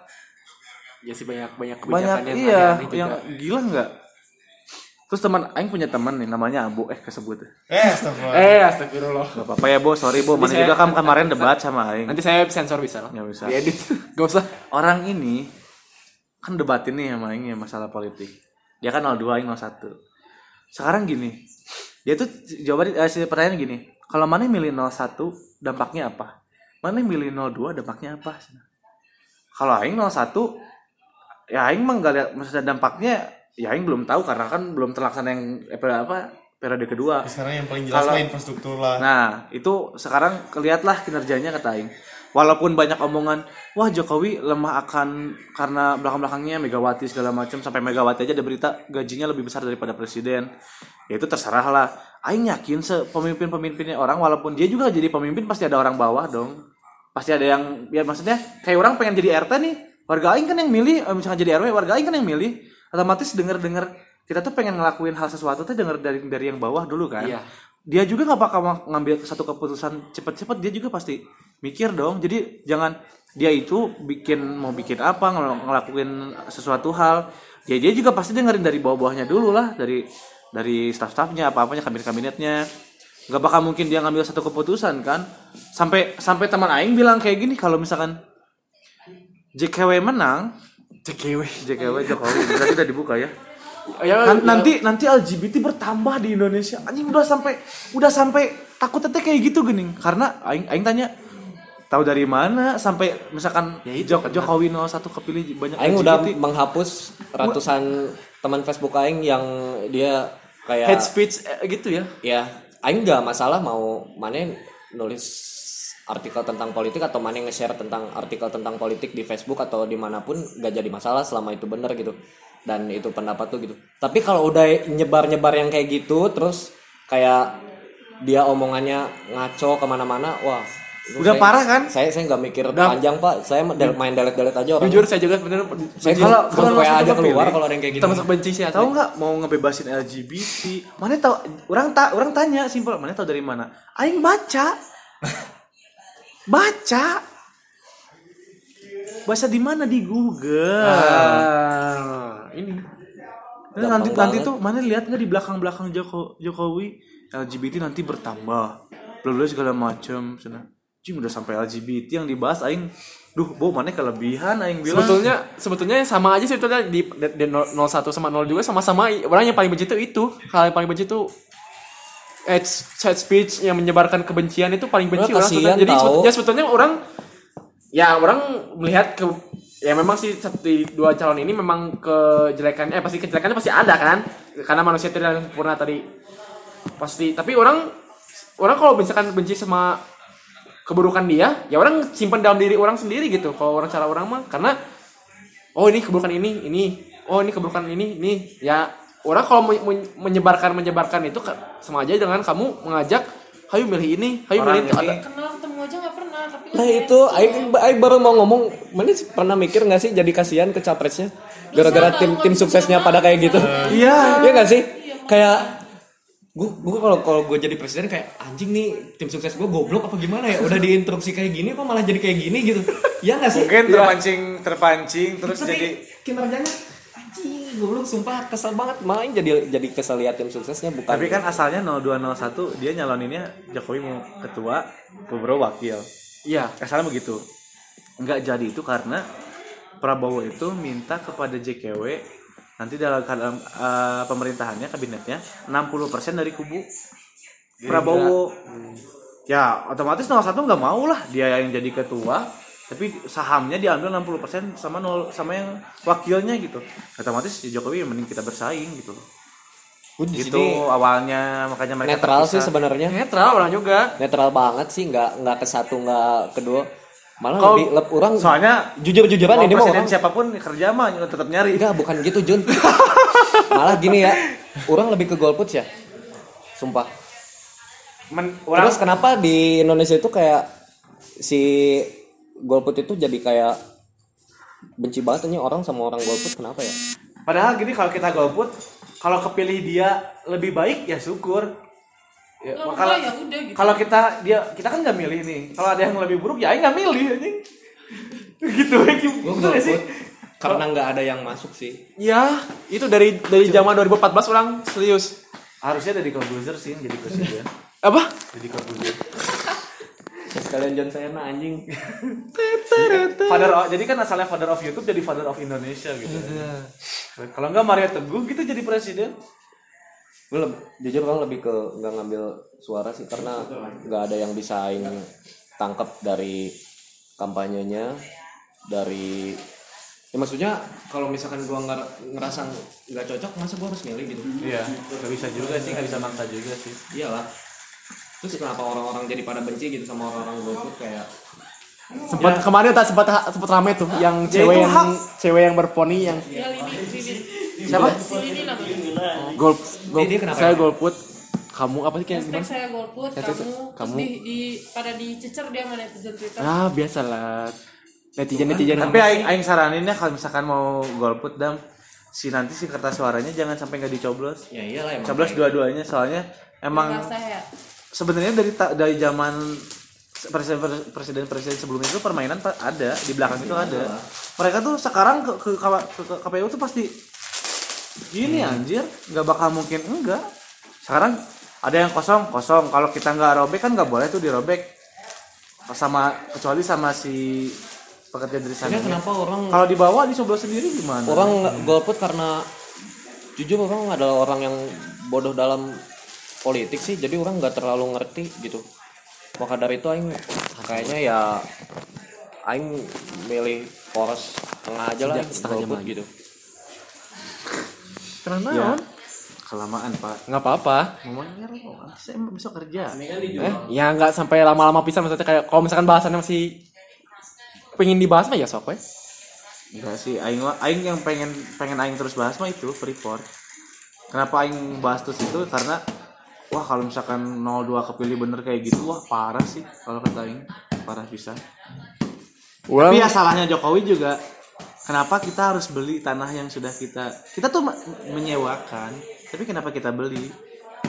Ya sih banyak banyak
banyak
kebijakan yang
iya
aneh-aneh juga.
yang gila nggak? Terus teman aing punya teman nih namanya Abu eh kesebut.
Eh, astagfirullah.
Eh, astagfirullah.
Gak apa-apa ya, Bo. Sorry, Bo. Mana
saya-
juga kamu kemarin debat sama aing.
Nanti saya sensor bisa lah.
Nggak Iya, bisa.
<laughs> Diedit. Gak usah.
orang ini kan debatin nih sama Aing ya masalah politik. Dia kan 02 Aing 01. Sekarang gini. Dia tuh jawaban eh, si pertanyaan gini. Kalau mana yang milih 01 dampaknya apa? Mana yang milih 02 dampaknya apa? Kalau aing 01 ya aing mah nggak lihat maksudnya dampaknya ya aing belum tahu karena kan belum terlaksana yang eh, periode apa periode kedua.
Sekarang yang paling jelas
Kalau-
lah infrastruktur lah.
Nah, itu sekarang kelihatlah kinerjanya kata Aing. Walaupun banyak omongan, wah Jokowi lemah akan karena belakang-belakangnya Megawati segala macam sampai Megawati aja ada berita gajinya lebih besar daripada presiden. Ya itu terserah lah. Aing yakin se pemimpin-pemimpinnya orang walaupun dia juga jadi pemimpin pasti ada orang bawah dong. Pasti ada yang ya maksudnya kayak orang pengen jadi RT nih. Warga Aing kan yang milih, eh, misalkan jadi RW, warga Aing kan yang milih. Otomatis denger-denger kita tuh pengen ngelakuin hal sesuatu tuh denger dari dari yang bawah dulu kan
Iya.
dia juga nggak bakal ngambil satu keputusan cepet-cepet dia juga pasti mikir dong jadi jangan dia itu bikin mau bikin apa ngel- ngelakuin sesuatu hal ya dia juga pasti dengerin dari bawah-bawahnya dulu lah dari dari staff-staffnya apa-apanya kabinet-kabinetnya nggak bakal mungkin dia ngambil satu keputusan kan sampai sampai teman Aing bilang kayak gini kalau misalkan JKW menang JKW JKW Jokowi berarti udah dibuka <laughs> ya
Oh, ya,
Nan-
ya.
Kan nanti nanti LGBT bertambah di Indonesia anjing udah sampai udah sampai takut tete kayak gitu gening karena aing aing tanya tahu dari mana sampai misalkan
Ya itu,
Jok-
karena-
Jokowi 01 kepilih j- banyak
Aing udah
LGBT.
menghapus ratusan teman Facebook Aing yang
ya.
dia kayak
hate speech eh, gitu ya.
ya Aing nggak masalah mau mana nulis artikel tentang politik atau mana yang nge-share tentang artikel tentang politik di Facebook atau dimanapun gak jadi masalah selama itu bener gitu dan itu pendapat tuh gitu tapi kalau udah nyebar-nyebar yang kayak gitu terus kayak dia omongannya ngaco kemana-mana wah itu
Udah
saya-
parah kan?
saya saya nggak mikir panjang pak saya del- main delete-delete aja orang
Jujur saya juga sebenarnya
ya. saya
benci-
kalau
Kalau-
kalau
kalau
WA aja
langsung
keluar
kepilih,
kalau ada yang kayak gitu
termasuk benci sih asli.
tahu nggak mau ngebebasin LGBT mana tahu orang tak orang tanya simpel mana tahu dari mana aing baca baca baca di mana di Google
Ah, ini.
Terus nanti
Ah, Gampang
nanti
banget.
tuh mana lihat nggak di belakang belakang Joko Jokowi LGBT nanti bertambah lalu segala macam sana Cing udah sampai LGBT yang dibahas aing duh bo mana kelebihan aing bilang
Sebetulnya sebetulnya sama aja sih sebetulnya di, di, di 01 sama 02 sama-sama i- orang yang paling benci itu itu hal yang paling benci itu hate, hate speech yang menyebarkan kebencian itu paling benci
Orang
orang sebetulnya.
kasihan
Jadi
tahu.
sebetulnya, sebetulnya orang ya orang melihat ke ya memang sih satu di dua calon ini memang kejelekannya eh pasti kejelekannya pasti ada kan karena manusia tidak sempurna tadi pasti tapi orang orang kalau misalkan benci sama keburukan dia ya orang simpan dalam diri orang sendiri gitu kalau orang cara orang mah karena oh ini keburukan ini ini oh ini keburukan ini ini ya orang kalau men- men- menyebarkan menyebarkan itu ke- sama aja dengan kamu mengajak hayu milih ini hayu milih
orang
itu ada
ini
kenal ketemu aja nggak pernah tapi
Nah itu, Aing, Aing baru mau ngomong, mana sih pernah mikir nggak sih jadi kasihan ke capresnya? Gara-gara tim tim
kan
suksesnya pada kayak gitu.
iya
Iya nggak sih? Kayak gue gue kalau kalau gue jadi presiden kayak anjing nih tim sukses gue goblok apa gimana ya udah diinstruksi kayak gini kok malah jadi kayak gini gitu ya nggak sih
mungkin terpancing terpancing terus
Tapi
jadi
kinerjanya anjing goblok sumpah kesel banget main jadi jadi kesel lihat tim suksesnya bukan
tapi kan asalnya 0201 dia nyaloninnya Jokowi mau ketua Prabowo wakil
iya
asalnya begitu nggak jadi itu karena Prabowo itu minta kepada JKW nanti dalam keadaan eh, pemerintahannya kabinetnya 60% dari kubu Prabowo ya otomatis nomor satu nggak mau lah dia yang jadi ketua tapi sahamnya diambil 60% sama nol sama yang wakilnya gitu otomatis ya Jokowi yang mending kita bersaing gitu itu awalnya makanya mereka
netral sih
terpisah.
sebenarnya
netral orang juga
netral banget sih nggak nggak ke satu nggak kedua malah
Kalau-
lebih lep, orang
soalnya
jujur jujuran
mau
ini mah
presiden
orang
siapapun kerja mah tetap nyari
enggak bukan gitu Jun <laughs> malah gini ya orang lebih ke golput ya sumpah
Men- orang
terus kenapa di Indonesia itu kayak si golput itu jadi kayak benci banget ini orang sama orang golput kenapa ya
Padahal gini kalau kita golput, kalau kepilih dia lebih baik ya syukur. Ya,
Kalau
kalau
enggak, ya udah gitu.
kalau kita dia kita kan nggak milih nih. Kalau ada yang lebih buruk ya aing nggak milih anjing. <laughs> gitu anjing. Betul nggak sih?
karena nggak ada yang masuk sih
Ya, itu dari dari zaman 2014 orang serius.
Harusnya dari Corbuzier sih yang jadi presiden.
Apa?
jadi Corbuzier.
sekalian John Sayana anjing
Father of- jadi kan asalnya father of YouTube jadi father of Indonesia gitu. Kalau nggak Maria Teguh gitu jadi presiden.
gue leb- jujur kan lebih ke nggak ngambil suara sih karena nggak ada yang bisa ini tangkap dari kampanyenya dari ya maksudnya kalau misalkan gua nggak ngerasa nggak cocok masa gua harus milih gitu
Iya, nggak bisa juga sih, nggak bisa maksa juga sih.
iyalah terus kenapa orang-orang jadi pada benci gitu sama orang-orang golput kayak
Sempat kemarin tak sempat sempat rame tuh yang cewek yang cewek yang berponi yang
ya Lidi
Iya.
Lidi
Siapa?
si Lidi namanya
golf golf
Dia- dia kenapa
saya
ya?
golput kamu apa sih kayak
hashtag
gimana?
saya golput kamu
Hashtag
terus
kamu.
di, di pada dicecer dia sama netizen Twitter
Ah, biasalah. Netizen netizen
Tapi aing aing saraninnya kalau misalkan mau golput dam si nanti si kertas suaranya jangan sampai nggak dicoblos.
ya iyalah emang
Coblos dua-duanya soalnya emang
merasa ya
sebenarnya dari ta- dari zaman presiden presiden presiden sebelumnya itu permainan ta- ada di belakang itu ada. Mereka tuh sekarang ke ke, K- ke- ke KPU tuh pasti gini anjir nggak bakal mungkin enggak. Sekarang ada yang kosong kosong kalau kita nggak robek kan nggak boleh tuh dirobek sama kecuali sama si pekerja dari sana.
Ini kenapa orang
Kalau dibawa dicoba sendiri gimana?
orang nggak- golput karena jujur orang adalah orang yang bodoh dalam politik sih jadi orang nggak terlalu ngerti gitu maka dari itu aing kayaknya ya aing milih poros tengah aja lah golput gitu
kenapa?
Iya. kelamaan pak.
Enggak apa-apa.
Ngomongnya Romo, nanti saya besok kerja.
Eh, ya nggak sampai lama-lama pisah maksudnya kayak kalau misalkan bahasannya masih pengen dibahas mah ya sok we.
Enggak sih, aing wa- aing yang pengen pengen aing terus bahas mah itu Freeport. Kenapa aing bahas terus itu karena wah kalau misalkan 02 kepilih bener kayak gitu wah parah sih kalau kata aing parah bisa.
Orang
Tapi ya salahnya Jokowi juga. Kenapa kita harus beli tanah yang sudah kita kita tuh me- menyewakan, tapi kenapa kita beli?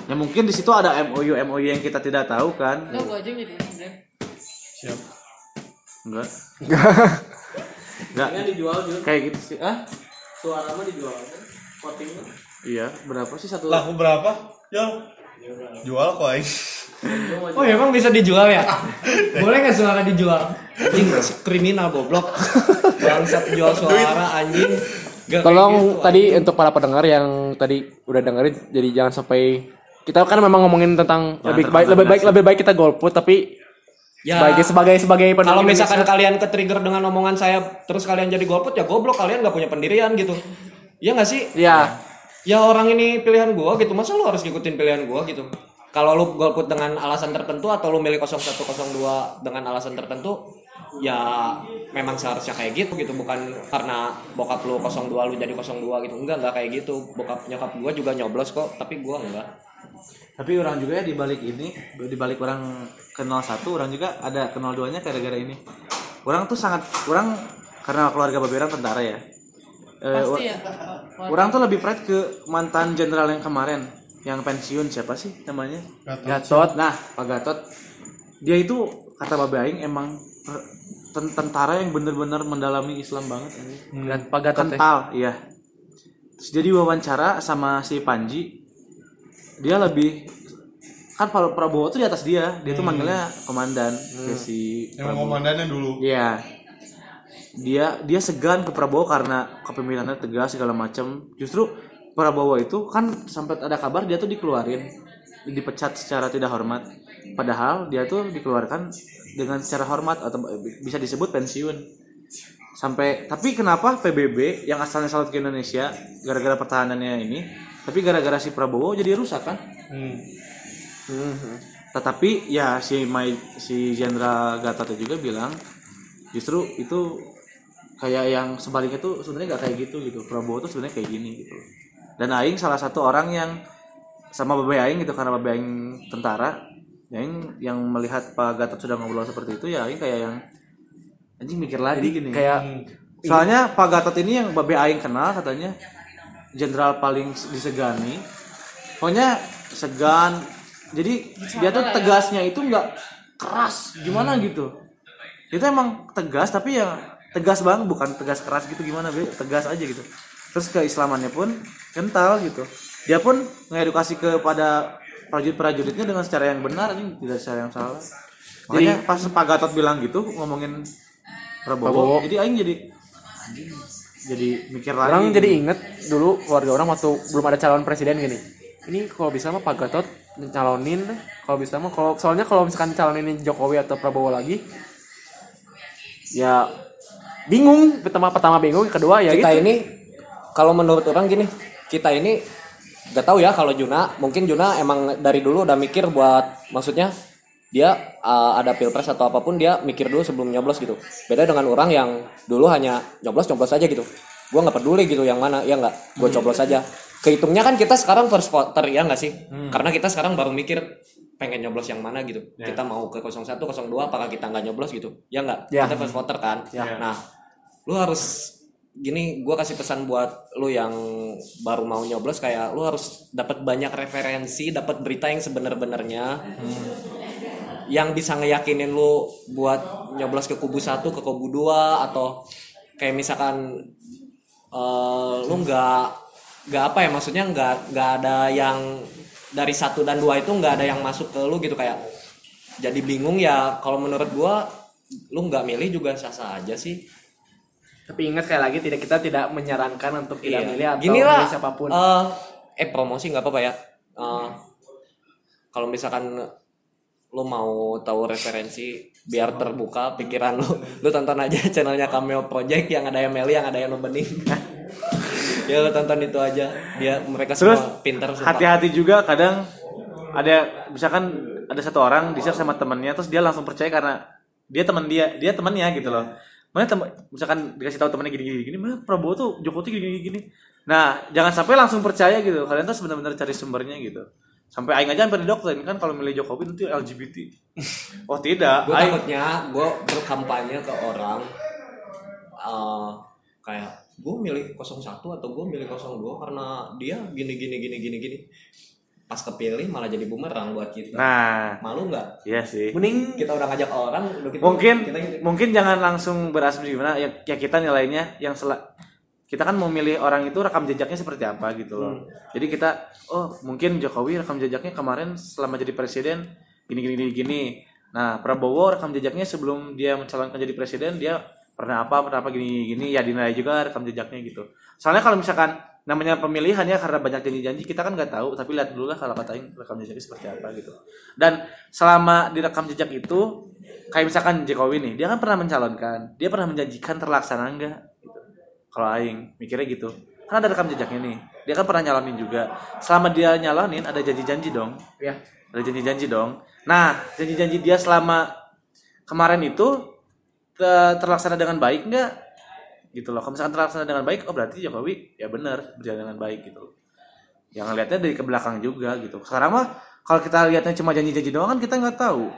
Ya mungkin di situ ada MOU MOU yang kita tidak tahu kan?
udah gua aja yang jadi presiden
<laughs>
Enggak. Enggak.
dijual
Kayak gitu sih. Ah,
suara mah dijual votingnya
iya, berapa sih satu?
Laku berapa? Yol. Jual kok aing.
oh emang bisa dijual <laughs> ya boleh nggak suara dijual anjing kriminal goblok <laughs> bangsat jual suara anjing Nggak kayak
Tolong
gitu,
tadi untuk para pendengar yang tadi udah dengerin jadi jangan sampai kita kan memang ngomongin tentang lebih baik lebih baik lebih baik kita golput tapi
Ya.
sebagai sebagai sebagai penduduk
Kalau misalkan
Indonesia-
kalian ke trigger dengan omongan saya terus kalian jadi golput ya goblok kalian nggak punya pendirian gitu. Iya nggak sih?
ya
Ya orang ini pilihan gua gitu. Masa lu harus ngikutin pilihan gua gitu? Kalau lu golput dengan alasan tertentu atau lu milih 0102 dengan alasan tertentu ya memang seharusnya kayak gitu gitu bukan karena bokap lu 02 lu jadi 02 gitu enggak enggak kayak gitu bokap nyokap gua juga nyoblos kok tapi gua enggak
Tapi orang juga ya di balik ini, di balik orang ke 01, orang juga ada ke 02-nya gara-gara ini. Orang tuh sangat orang karena keluarga Babe orang tentara ya. Eh, or-
pasti ya
orang tuh lebih pride ke mantan jenderal yang kemarin yang pensiun siapa sih namanya? Gatot. Nah, Pak Gatot. Dia itu kata Babe Aing emang per- ten- tentara yang bener-bener mendalami Islam banget anjing
Gat- Pak Gatot ya.
kental iya terus jadi wawancara sama si Panji dia lebih kan Pak Prabowo tuh di atas
Hmm.
dia dia tuh manggilnya komandan ke si
Yang komandannya dulu.
iya dia dia segan ke Prabowo karena kepemimpinannya tegas segala macam justru Prabowo itu kan sampai ada kabar dia tuh dikeluarin dipecat secara tidak hormat padahal dia tuh dikeluarkan dengan secara hormat atau bisa disebut pensiun sampai tapi kenapa PBB yang asalnya salut ke Indonesia gara-gara pertahanannya ini tapi gara-gara si Prabowo jadi rusak kan tetapi ya si Mai- si Jenderal Gatot juga bilang justru itu kayak yang sebaliknya tuh sebenarnya nggak kayak gitu gitu Prabowo tuh sebenarnya kayak gini gitu dan Aing salah satu orang yang sama Babe Aing gitu karena Babe Aing tentara ya Aing yang melihat Pak Gatot sudah ngobrol seperti itu ya Aing kayak yang anjing mikir lagi gini
kayak
soalnya Pak Gatot ini yang Babe Aing kenal katanya jenderal paling disegani pokoknya segan jadi dia tuh tegasnya itu nggak keras gimana
Hmm.
gitu itu emang tegas tapi ya tegas bang bukan tegas keras gitu gimana be tegas aja gitu terus keislamannya pun kental gitu dia pun ngedukasi kepada prajurit-prajuritnya dengan secara yang benar ini tidak secara yang salah makanya pas Pak Gatot bilang gitu ngomongin Prabowo,
Prabowo.
jadi Aing jadi anjing, jadi mikir lagi
orang jadi inget dulu keluarga orang waktu belum ada calon presiden gini ini kalau bisa mah Pak Gatot nyalonin deh. kalau bisa mah kalau soalnya kalau misalkan calonin Jokowi atau Prabowo lagi ya bingung pertama pertama bingung kedua ya
kita
gitu
ini kalau menurut orang gini kita ini gak tahu ya kalau Juna mungkin Juna emang dari dulu udah mikir buat maksudnya dia uh, ada pilpres atau apapun dia mikir dulu sebelum nyoblos gitu beda dengan orang yang dulu hanya nyoblos nyoblos aja gitu gue nggak peduli gitu yang mana ya nggak
Hmm.
gue coblos aja kehitungnya kan kita sekarang first voter ya nggak sih
Hmm.
karena kita sekarang baru mikir pengen nyoblos yang mana gitu
Ya.
kita mau ke 01 02 apakah kita nggak nyoblos gitu ya nggak
Ya.
kita first voter kan
Ya.
nah lu harus gini gue kasih pesan buat lu yang baru mau nyoblos kayak lu harus dapat banyak referensi dapat berita yang sebenar-benarnya yang bisa ngeyakinin lu buat nyoblos ke kubu satu ke kubu dua atau kayak misalkan eh, lu nggak nggak apa ya maksudnya nggak nggak ada yang dari satu dan dua itu nggak ada yang masuk ke lu gitu kayak jadi bingung ya kalau menurut gua lu nggak milih juga sah-sah aja sih
tapi ingat sekali lagi tidak kita tidak menyarankan untuk tidak
Iya.
milih atau
Gini lah,
milih siapapun
eh, eh promosi nggak apa-apa ya. Eh, kalau misalkan lu mau tahu referensi biar terbuka pikiran lu, lu tonton aja channelnya Cameo Project yang ada Emily, yang ada Yano Bening. <laughs> ya lu tonton itu aja. Dia mereka
Terus,
semua pinter sumpah.
hati-hati juga kadang ada misalkan ada satu orang di share sama temennya terus dia langsung percaya karena dia teman dia dia temannya gitu loh mana tem- misalkan dikasih tahu temannya gini gini gini mana Prabowo tuh Jokowi tuh gini gini gini nah jangan sampai langsung percaya gitu kalian tuh benar-benar cari sumbernya gitu sampai aing aja hampir dokterin kan kalau milih Jokowi nanti LGBT oh tidak
gue
aing
takutnya gue berkampanye ke orang eh, kayak gue milih 01 atau gue milih 02 karena dia gini gini gini gini gini pas kepilih malah jadi bumerang buat kita
nah
malu nggak
iya sih
mending kita udah ngajak orang udah gitu,
mungkin
kita gitu.
mungkin jangan langsung berasumsi gimana ya, ya kita nilainya yang sela- kita kan memilih orang itu rekam jejaknya seperti apa gitu loh
Hmm.
jadi kita oh mungkin Jokowi rekam jejaknya kemarin selama jadi presiden gini gini gini gini nah Prabowo rekam jejaknya sebelum dia mencalonkan jadi presiden dia pernah apa pernah apa gini gini, gini ya dinilai juga rekam jejaknya gitu soalnya kalau misalkan namanya pemilihan ya karena banyak janji-janji kita kan nggak tahu tapi lihat dulu lah kalau katain rekam jejaknya seperti apa gitu dan selama direkam jejak itu kayak misalkan Jokowi nih dia kan pernah mencalonkan dia pernah menjanjikan terlaksana enggak gitu. kalau Aing mikirnya gitu kan ada rekam jejaknya nih dia kan pernah nyalonin juga selama dia nyalonin ada janji-janji dong
ya
ada janji-janji dong nah janji-janji dia selama kemarin itu te- terlaksana dengan baik enggak gitu loh kalau misalkan terlaksana dengan baik oh berarti Jokowi ya benar berjalan dengan baik gitu loh yang ngeliatnya dari ke belakang juga gitu sekarang mah kalau kita lihatnya cuma janji-janji doang kan kita nggak tahu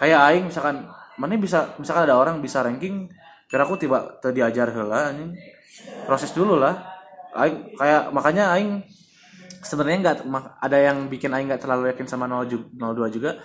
kayak aing misalkan mana bisa misalkan ada orang bisa ranking kira aku tiba teu diajar heula anjing proses dulu lah aing kayak makanya aing sebenarnya nggak mak- ada yang bikin aing nggak terlalu yakin sama 0 ju- 02 juga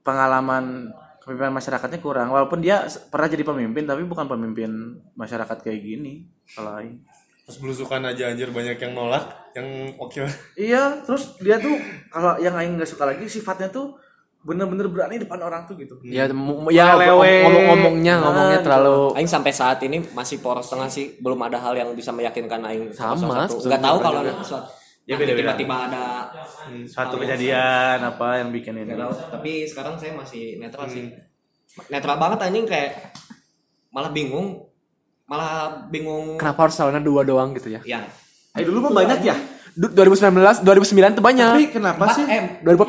pengalaman kepemimpinan masyarakatnya kurang walaupun dia se- pernah jadi pemimpin tapi bukan pemimpin masyarakat kayak gini kalau aing
Terus belusukan aja anjir banyak yang nolak, yang oke.
Iya, terus dia tuh kalau yang Aing nggak suka lagi sifatnya tuh bener-bener berani depan orang tuh gitu.
Ya, mu- mu- ya
Lelewe.
ngomong-ngomongnya, ngomongnya
Nah,
terlalu
Aing sampai saat ini masih poros tengah sih, belum ada hal yang bisa meyakinkan Aing.
Sama,
Gak
sebetulnya
tahu kalau
juga.
nanti
Ya,
nanti
beda-beda. Iya.
tiba-tiba ada.
Hmm, Satu kejadian apa yang bikin ini.
Nggak tahu. Tapi sekarang saya masih netral sih. Netral banget anjing kayak malah bingung, malah bingung.
kenapa harus salonnya dua doang gitu ya.
Ya.
Eh dulu mah banyak ya.
Du- 2019, 2009 tuh banyak.
Tapi kenapa sih?
2014
4M.
empat, tiga,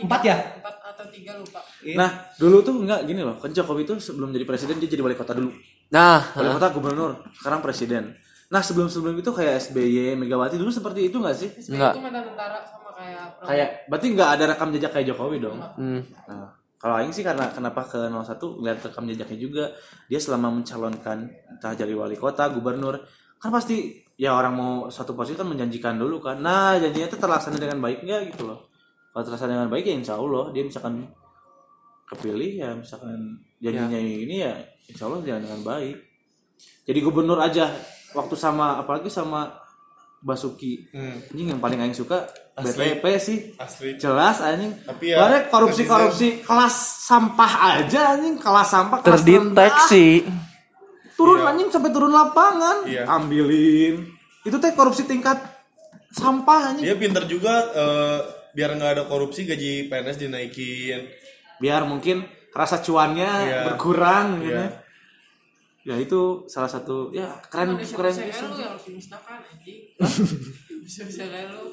Eh, Empat ya?
empat atau tiga lupa
Nah, dulu tuh enggak gini loh. Kan Jokowi tuh sebelum jadi presiden dia jadi wali kota dulu.
Nah,
Wali kota gubernur, sekarang presiden. Nah, sebelum-sebelum itu kayak SBY, Megawati dulu seperti itu enggak sih?
SBY
Enggak.
itu mantan tentara sama kayak Prabowo.
Kayak berarti enggak ada rekam jejak kayak Jokowi dong.
hmm,
Nah, kalau Aing sih karena kenapa ke 01 ngeliat rekam jejaknya juga dia selama mencalonkan entah jadi wali kota, gubernur kan pasti ya orang mau suatu posisi kan menjanjikan dulu kan nah janjinya itu terlaksana dengan baik nggak gitu loh kalau terlaksana dengan baik ya insya Allah dia misalkan kepilih ya misalkan janjinya ini ya insya Allah jalan dengan baik jadi gubernur aja waktu sama apalagi sama Basuki anjing yang paling Aing suka
Asli.
BTP sih
Hmm. asli
jelas anjing
Tapi ya,
Padahal korupsi
netizen.
korupsi kelas sampah aja anjing kelas sampah kelas rendah.
terdeteksi.
turun anjing sampai turun lapangan
Iya.
ambilin itu teh korupsi tingkat sampah anjing
dia Iya, pinter juga eh, biar nggak ada korupsi gaji PNS dinaikin
biar mungkin rasa cuannya
Iya.
berkurang gitu
Iya.
ya itu salah satu ya keren
Manusia
keren
manusia kayak lu yang harus dimusnahkan anjing bisa bisa kayak lu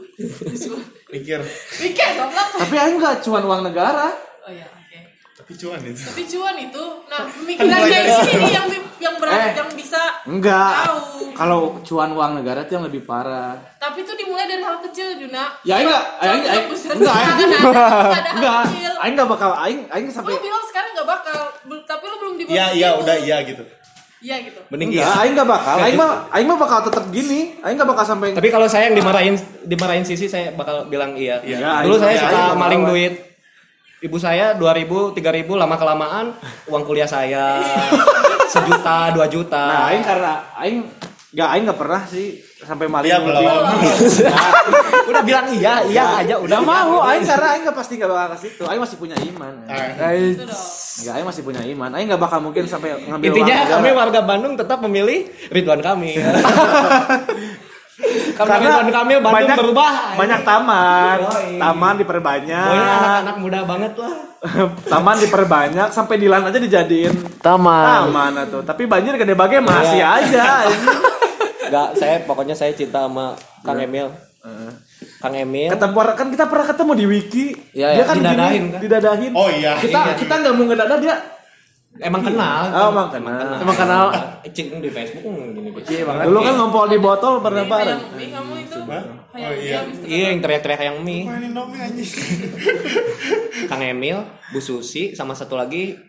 mikir
mikir goblok
tapi aing nggak cuan uang negara
oh ya oke
tapi cuan itu
tapi cuan itu nah pemikiran dari
<laughs>
sini yang yang berat
Kan Eh.
yang bisa
enggak
Tahu.
kalau cuan uang negara itu yang lebih parah
tapi itu dimulai dari hal kecil Juna
ya aing nggak aing
Contoh
aing
besar
enggak <laughs>
sekarang
aing
ada- ada
enggak
hal kecil
aing nggak bakal aing aing
lu
sampai
bilang sekarang nggak bakal bel- tapi lu belum di
iya
posisi
iya
itu.
udah iya gitu
iya gitu
Mending
Enggak, aing enggak bakal. Aing mah
gitu.
aing mah bakal tetap gini. Aing enggak bakal sampai
Tapi kalau saya yang dimarahin dimarahin sisi saya bakal bilang iya.
Iya, iya,
Dulu saya
iya,
suka
iya,
maling
iya.
duit. Ibu saya 2000, 3000 lama kelamaan uang kuliah <laughs> saya sejuta, dua juta.
Nah, aing karena aing enggak aing enggak pernah sih sampai maling.
Iya, belum.
udah bilang iya, iya aja udah
Enggak
mau.
mau aing karena aing enggak pasti enggak bakal ke situ. Aing masih punya iman.
Nah,
itu dong
Enggak, aing masih punya iman. Aing enggak bakal mungkin sampai ngambil
Intinya
uang
kami
negara.
warga Bandung tetap memilih Ridwan <laughs> Kamil. karena
karena
Ridwan Kamil Bandung
banyak,
berubah.
Banyak taman.
Yoi.
Taman diperbanyak.
Pokoknya anak-anak muda banget lah.
<laughs> taman diperbanyak sampai di lan aja dijadiin
Taman.
taman atau tapi banjir gede bagai masih
Ah. Iya.
aja.
<laughs> Enggak, saya pokoknya saya cinta sama Kang Emil. Kang Emil.
ketemu kan kita pernah ketemu di wiki
Iya,
dia
iya,
kan
didadahin,
gini,
kan?
didadahin
Oh, iya.
kita
Iya.
kita nggak mau ngedadah dia
Emang kenal. Eh,
oh emang kenal
Emang kenal
Cing di Facebook hmm, gini gitu.
dulu kan ngompol di botol pernah
Iya,
Ini
bareng
yang ini kamu itu
Oh, iya.
Iya yang teriak-teriak yang mie,
mainin dong nih, anjing
Kang Emil, Bu Susi, sama satu lagi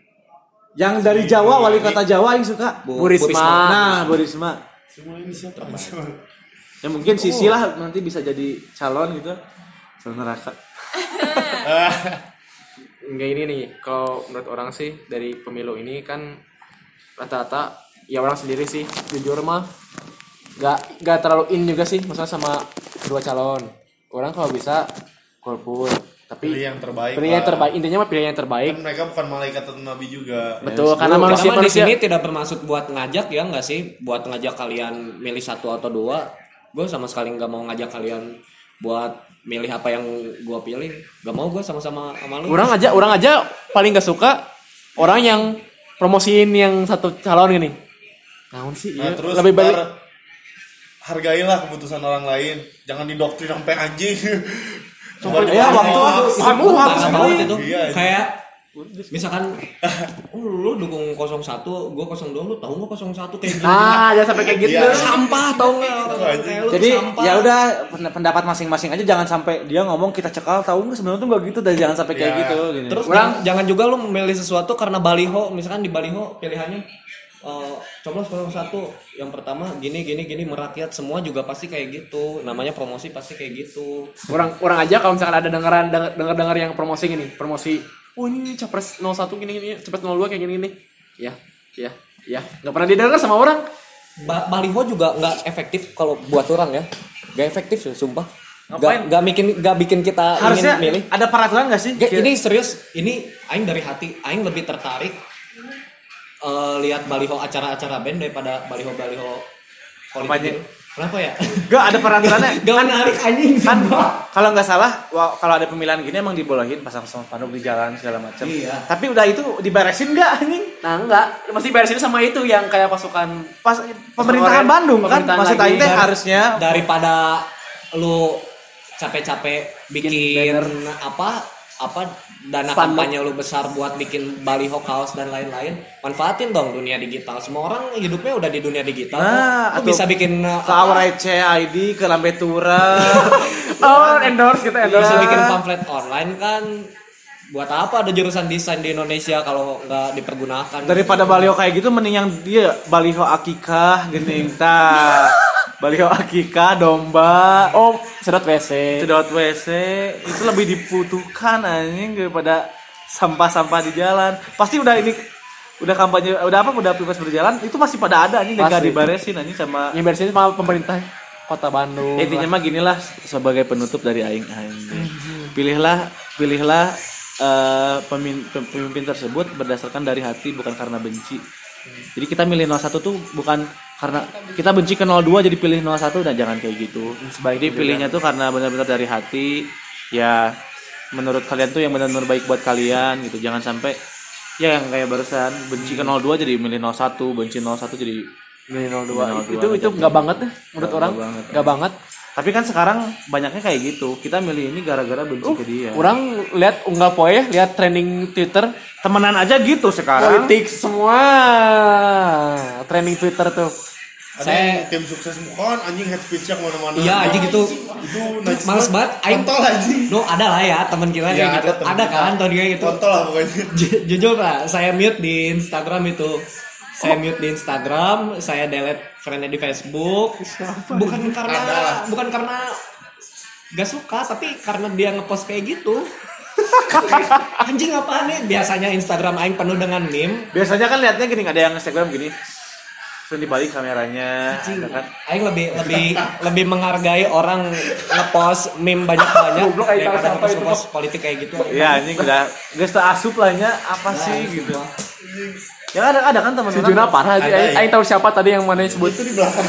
yang dari Jawa wali kota Jawa yang suka
Bu,
Burisma.
nah Burisma
semua ini siapa
ya mungkin Sisi lah nanti bisa jadi calon gitu calon neraka
Enggak ini nih, kalau menurut orang sih dari pemilu ini kan rata-rata ya orang sendiri sih jujur mah nggak nggak terlalu in juga sih masalah sama kedua calon. Orang kalau bisa golput, tapi
Pilih yang terbaik,
Pilih yang
Pak.
terbaik. Intinya mah pilih yang terbaik.
kan mereka bukan malaikat atau nabi juga
Betul, karena
Karena
manusia
di
manusia
sini tidak bermaksud buat ngajak ya nggak sih, buat ngajak kalian milih satu atau dua. Gue sama sekali nggak mau ngajak kalian buat milih apa yang gue pilih. Gak mau gue sama-sama sama lu.
orang aja orang aja paling gak suka orang yang promosiin yang satu calon ini namun sih iya.
nah, terus
lebih baik
ntar hargailah keputusin orang lain jangan didoktrin sampai <laughs> anjing
ya waktu kamu harus
Parah
beli
banget itu.
Iya, iya.
Kayak misalkan oh, lu dukung 01, gue 02, lu tahu nggak 01 kayak gini.
ah jangan sampai kayak gitu
Iya.
Sampah tau nggak orang-orang kayak lu
jadi
sampah.
ya udah pen- pendapat masing-masing aja jangan sampai dia ngomong kita cekal tahu nggak sebenarnya tuh nggak gitu dan jangan sampai kayak
Iya.
gitu gini.
Terus
Orang-
jangan, jangan juga lu memilih sesuatu karena baliho, misalkan di baliho pilihannya eh coblos 01 yang pertama gini gini gini merakyat semua juga pasti kayak gitu. Namanya promosi pasti kayak gitu.
orang orang aja kalau misalkan ada dengeran denger denger, denger yang promosi ini promosi oh ini capres 01 gini gini capres 02 kayak gini gini ya ya ya nggak pernah didengar sama orang
Ba- baliho juga nggak efektif kalau buat orang ya. Gak efektif sih, sumpah. Gak, gak bikin gak bikin kita
Harusnya
ingin milih.
ada peraturan gak sih?
Gak,
Kayak-
ini serius, ini aing dari hati, aing lebih tertarik eh, lihat baliho acara-acara band daripada baliho-baliho politik.
Apanya?
itu. Kenapa ya?
Gak ada <laughs> peraturannya.
gak menarik anjing
kan
sumpah.
Iya.
kalau nggak salah wa- kalau ada pemilihan gini emang dibolehin pasang pasang spanduk di jalan segala macam.
Iya.
Tapi udah itu diberesin nggak anjing?
Nah enggak, masih beresin sama itu yang kayak pasukan
Pas pemerintahan
Orang-
Bandung kan
pemerintahan
maksud
lagi Iya.
aing teh
dari-
harusnya
daripada lu capek-capek bikin apa apa dana
Spanduk.
kampanye lu besar buat bikin baliho kaos dan lain-lain manfaatin dong dunia digital semua orang hidupnya udah di dunia digital
Nah,
lu
atau
bisa bikin
Iya.
uh,
ke E
apa,
Awrai ID ke Lambe Tura.
<laughs>
Iya.
Oh, endorse
kan,
kita
lu bisa
endorse.
bikin pamflet online kan buat apa ada jurusan desain di Indonesia kalau nggak dipergunakan
daripada baliho kayak gitu mending yang dia baliho akikah gini tah.
Iya.
Baliho akikah domba.
Oh, sedot WC.
Sedot WC itu lebih dibutuhkan anjing daripada sampah-sampah di jalan. Pasti udah ini udah kampanye udah apa udah pilpres berjalan itu masih pada ada anjing nggak
Pasti.
diberesin anjing sama
Yang beresin sama pemerintah Kota Bandung.
Nah, intinya mah gini lah sebagai penutup dari aing aing pilihlah pilihlah eh, pemin- pem- pemimpin tersebut berdasarkan dari hati bukan karena benci jadi kita milih 01 tuh bukan karena kita benci ke 02 jadi pilih 01 dan jangan kayak gitu jadi pilihnya tuh karena benar-benar dari hati ya menurut kalian tuh yang benar-benar baik buat kalian gitu jangan sampai ya yang kayak barusan benci ke 02 jadi milih 01 benci 01 jadi
Ini
02
02. Itu itu enggak banget deh menurut
Nggak
orang.
banget.
Enggak banget.
tapi kan sekarang banyaknya kayak gitu. Kita milih ini gara-gara benci
Uh.
ke dia.
Orang lihat unggah poe, lihat trending Twitter,
Temenan aja gitu sekarang.
politik semua. Trending Twitter tuh.
Ada yang tim sukses mukon anjing head speech yang mana-mana.
iya aja gitu
Itu najis
males banget aing
Kontol anjing.
no ada lah ya teman kita
Iya,
kayak gitu
ada temen
ada
kita.
kan Tony kayak gitu
Kontol lah pokoknya.
Ju- jujur lah saya mute di Instagram itu saya
Oh.
mute di Instagram saya delete friendnya di Facebook bukan karena
Ada lah.
bukan karena gak suka tapi karena dia ngepost kayak
<laughs>
gitu anjing apa nih biasanya Instagram aing penuh dengan meme
Biasanya kan liatnya gini, ada yang Instagram gini. Terus dibalik kameranya, ada kan?
Aing lebih lebih lebih menghargai orang ngepost meme banyak-banyak
Goblok, Aing tahu
daripada
siapa itu,
ngepost politik kayak gitu.
Iya, ini udah guys asup lah nya
Nah,
apa sih gitu. Ya ada ada kan teman
Si Juna nah, parah aja. Iya.
Ada,
Aing- Aing tahu siapa tadi yang mana sebut.
Itu di belakang.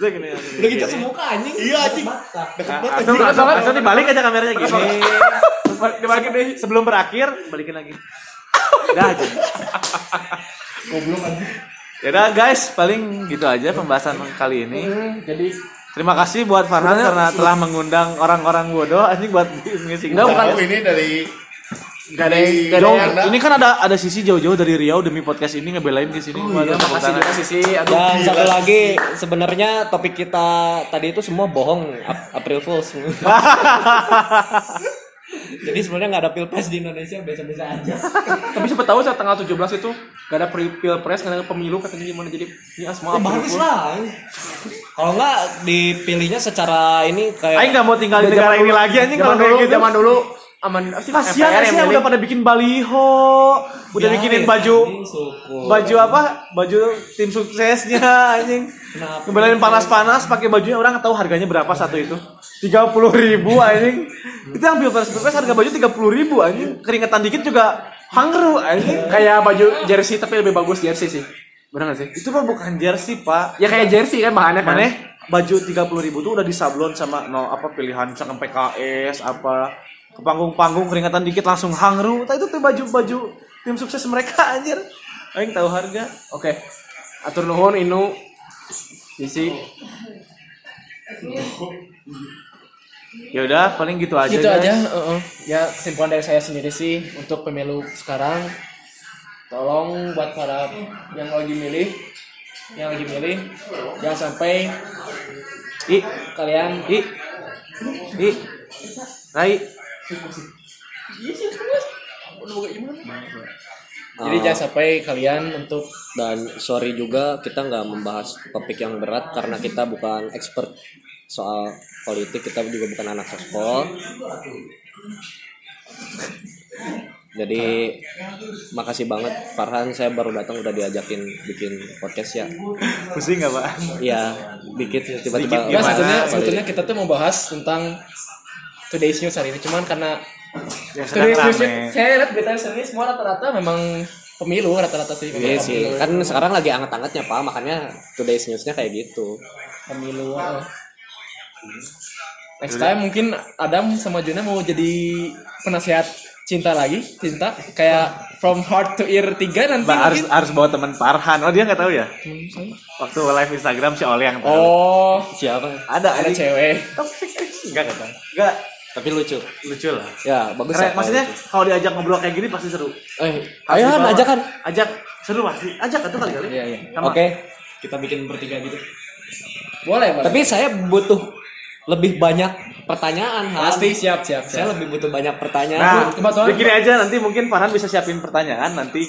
Itu gini.
Udah gitu semuka anjing.
Iya anjing.
Mata.
Dekat banget
Langsung,
anjing.
langsung, langsung dibalik aja kameranya gini. Terus dibalikin deh. Sebelum berakhir, balikin lagi. Udah aja.
Goblok anjing.
Ya udah guys, paling gitu aja pembahasan kali ini.
Hmm, Jadi
Terima kasih buat Farhan karena telah mengundang orang-orang bodoh anjing buat ngisi.
Enggak, bukan.
Tahu ini dari
gak ada yang- gak ada
Jauh,
yang
Anda.
ini kan ada ada sisi jauh-jauh dari Riau demi podcast ini ngebelain di sini. Waduh,
Terima
tepuk
kasih
tangan.
juga sisi. Aduh.
Dan satu lagi sebenarnya topik kita tadi itu semua bohong Ap- April Fools. <laughs> Jadi sebenarnya nggak ada pilpres di Indonesia biasa-biasa aja.
Tapi siapa tahu saya tanggal 17 itu gak ada pre- pilpres, gak ada pemilu katanya gimana jadi ya, ini
Eh,
asma apa?
Bagus lah. Kalau nggak dipilihnya secara ini
Aing
kayak
nggak mau tinggal di negara ini lagi anjing
Zaman
kalau kayak
dulu,
gitu.
zaman dulu aman apa sih MPR
Kasihan
yang
sih udah
milih.
pada bikin baliho, udah
Ya,
bikinin
ya,
baju
anjing, syukur.
baju apa? Baju tim suksesnya anjing.
Kenapa?
Ngebelain panas-panas pakai bajunya orang tahu harganya berapa satu itu. 30.000 ribu anjing. Itu yang pilpres pilpres harga baju 30.000 ribu anjing. Keringetan dikit juga hangru anjing.
kayak baju jersey tapi lebih bagus jersey sih. Benar gak sih?
Itu mah bukan jersey, Pak.
Ya kayak jersey kan bahannya kan.
Mana baju 30.000 ribu tuh udah disablon sama no apa pilihan misalkan PKS apa ke panggung-panggung keringetan dikit langsung hangru. Tah itu tuh baju-baju tim sukses mereka anjir. Aing tahu harga.
Oke. Atur nuhun Inu. Sisi.
Ya udah, paling gitu aja.
gitu
guys.
aja uh-uh. ya kesimpulan dari saya sendiri sih untuk pemilu sekarang tolong buat para yang lagi milih yang lagi milih jangan sampai
I,
kalian
i, i, Rai.
jadi jangan sampai kalian untuk
Ah. dan sorry juga kita nggak membahas topik yang berat karena kita bukan expert soal politik kita juga bukan anak sospol Jadi makasih banget Farhan saya baru datang udah diajakin bikin podcast ya.
Pusing nggak pak?
Iya, dikit tiba-tiba.
Enggak, sebetulnya,
balik.
sebetulnya kita tuh mau bahas tentang today's news hari ini. Cuman karena
Yang sedang
today's news,
Ya, rame.
saya lihat berita hari ini semua rata-rata memang pemilu, rata-rata sih. memang
Iya sih,
pemilu.
kan sekarang lagi anget-angetnya Pak, makanya today's newsnya kayak gitu.
Pemilu. eh.
Iya.
Next time mungkin Adam sama Juna mau jadi penasehat cinta lagi, cinta kayak from heart to ear 3 nanti
Mbak harus
mungkin.
harus bawa teman Farhan. Oh dia nggak tahu ya?
Hmm, saya.
Waktu live Instagram si Oli yang tahu.
Oh,
Siapa?
ada
ada cewek.
Enggak kata. Enggak
Tapi lucu.
lucu lah.
Ya, bagus
Keren.
ya, kalau
Maksudnya
lucu.
kalau diajak ngobrol kayak gini pasti seru.
eh, ayo Han,
Dibawa-
ajak kan.
Ajak seru pasti. Ajak atau kali kali.
Iya, iya.
Sama.
Oke, kita bikin bertiga gitu.
Boleh, boleh.
Tapi saya butuh lebih banyak pertanyaan, Han.
pasti siap, siap, siap.
Saya lebih butuh banyak
Nah,
pertanyaan.
Kebetulan-
begini aja nanti mungkin Farhan bisa siapin pertanyaan nanti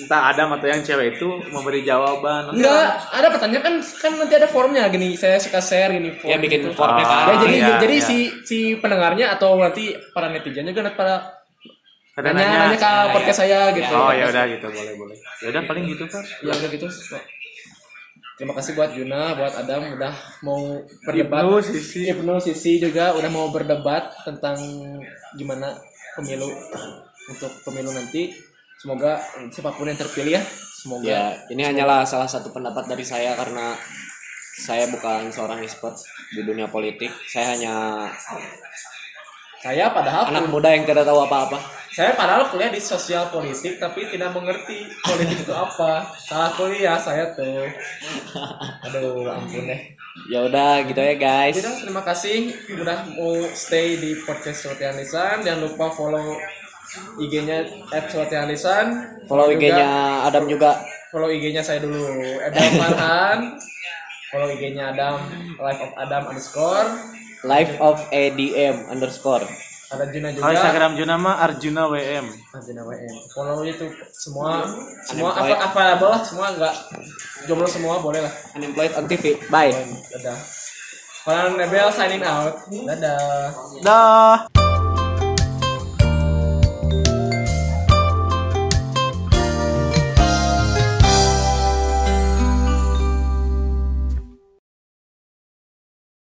entah Adam atau yang cewek itu memberi jawaban. Nanti
Enggak, ada pertanyaan kan kan nanti ada formnya gini. Saya suka share gini form.
ya bikin
gitu.
formnya kan.
Ya jadi
iya,
jadi
iya.
si si pendengarnya atau nanti para netizen juga nanti para nanya
Ada nanya. Iya,
nanya ke podcast saya gitu.
Oh ya udah gitu boleh boleh. Ya udah paling gitu kan.
Ya udah gitu. Terima kasih buat Juna, buat Adam udah mau berdebat.
Ibnu sisi.
Ibnu Sisi juga udah mau berdebat tentang gimana pemilu untuk pemilu nanti. Semoga siapapun yang terpilih ya, semoga
Ya, ini hanyalah salah satu pendapat dari saya karena saya bukan seorang expert di dunia politik. Saya hanya
saya padahal
anak muda yang tidak tahu apa-apa.
Saya padahal kuliah di sosial politik tapi tidak mengerti politik itu apa. Salah kuliah saya
<laughs>
tuh. Aduh, ampun deh.
Ya udah gitu ya guys.
Jadi terima kasih udah mau stay di podcast Sotian Lisan. Jangan lupa follow IG-nya @sotianlisan.
Follow IG-nya Adam juga.
Follow IG-nya saya dulu. Adam Farhan. follow IG-nya Adam Life of Adam underscore.
Life of ADM underscore.
Ada Juna juga.
Kalau Instagram Juna mah Arjuna WM.
Azina WM. Follow itu semua semua
Unemployed.
apa available lah semua enggak jomblo semua boleh lah.
Unemployed on TV. Bye.
Dadah. Farhan Nebel signing out. Dadah.
Dah.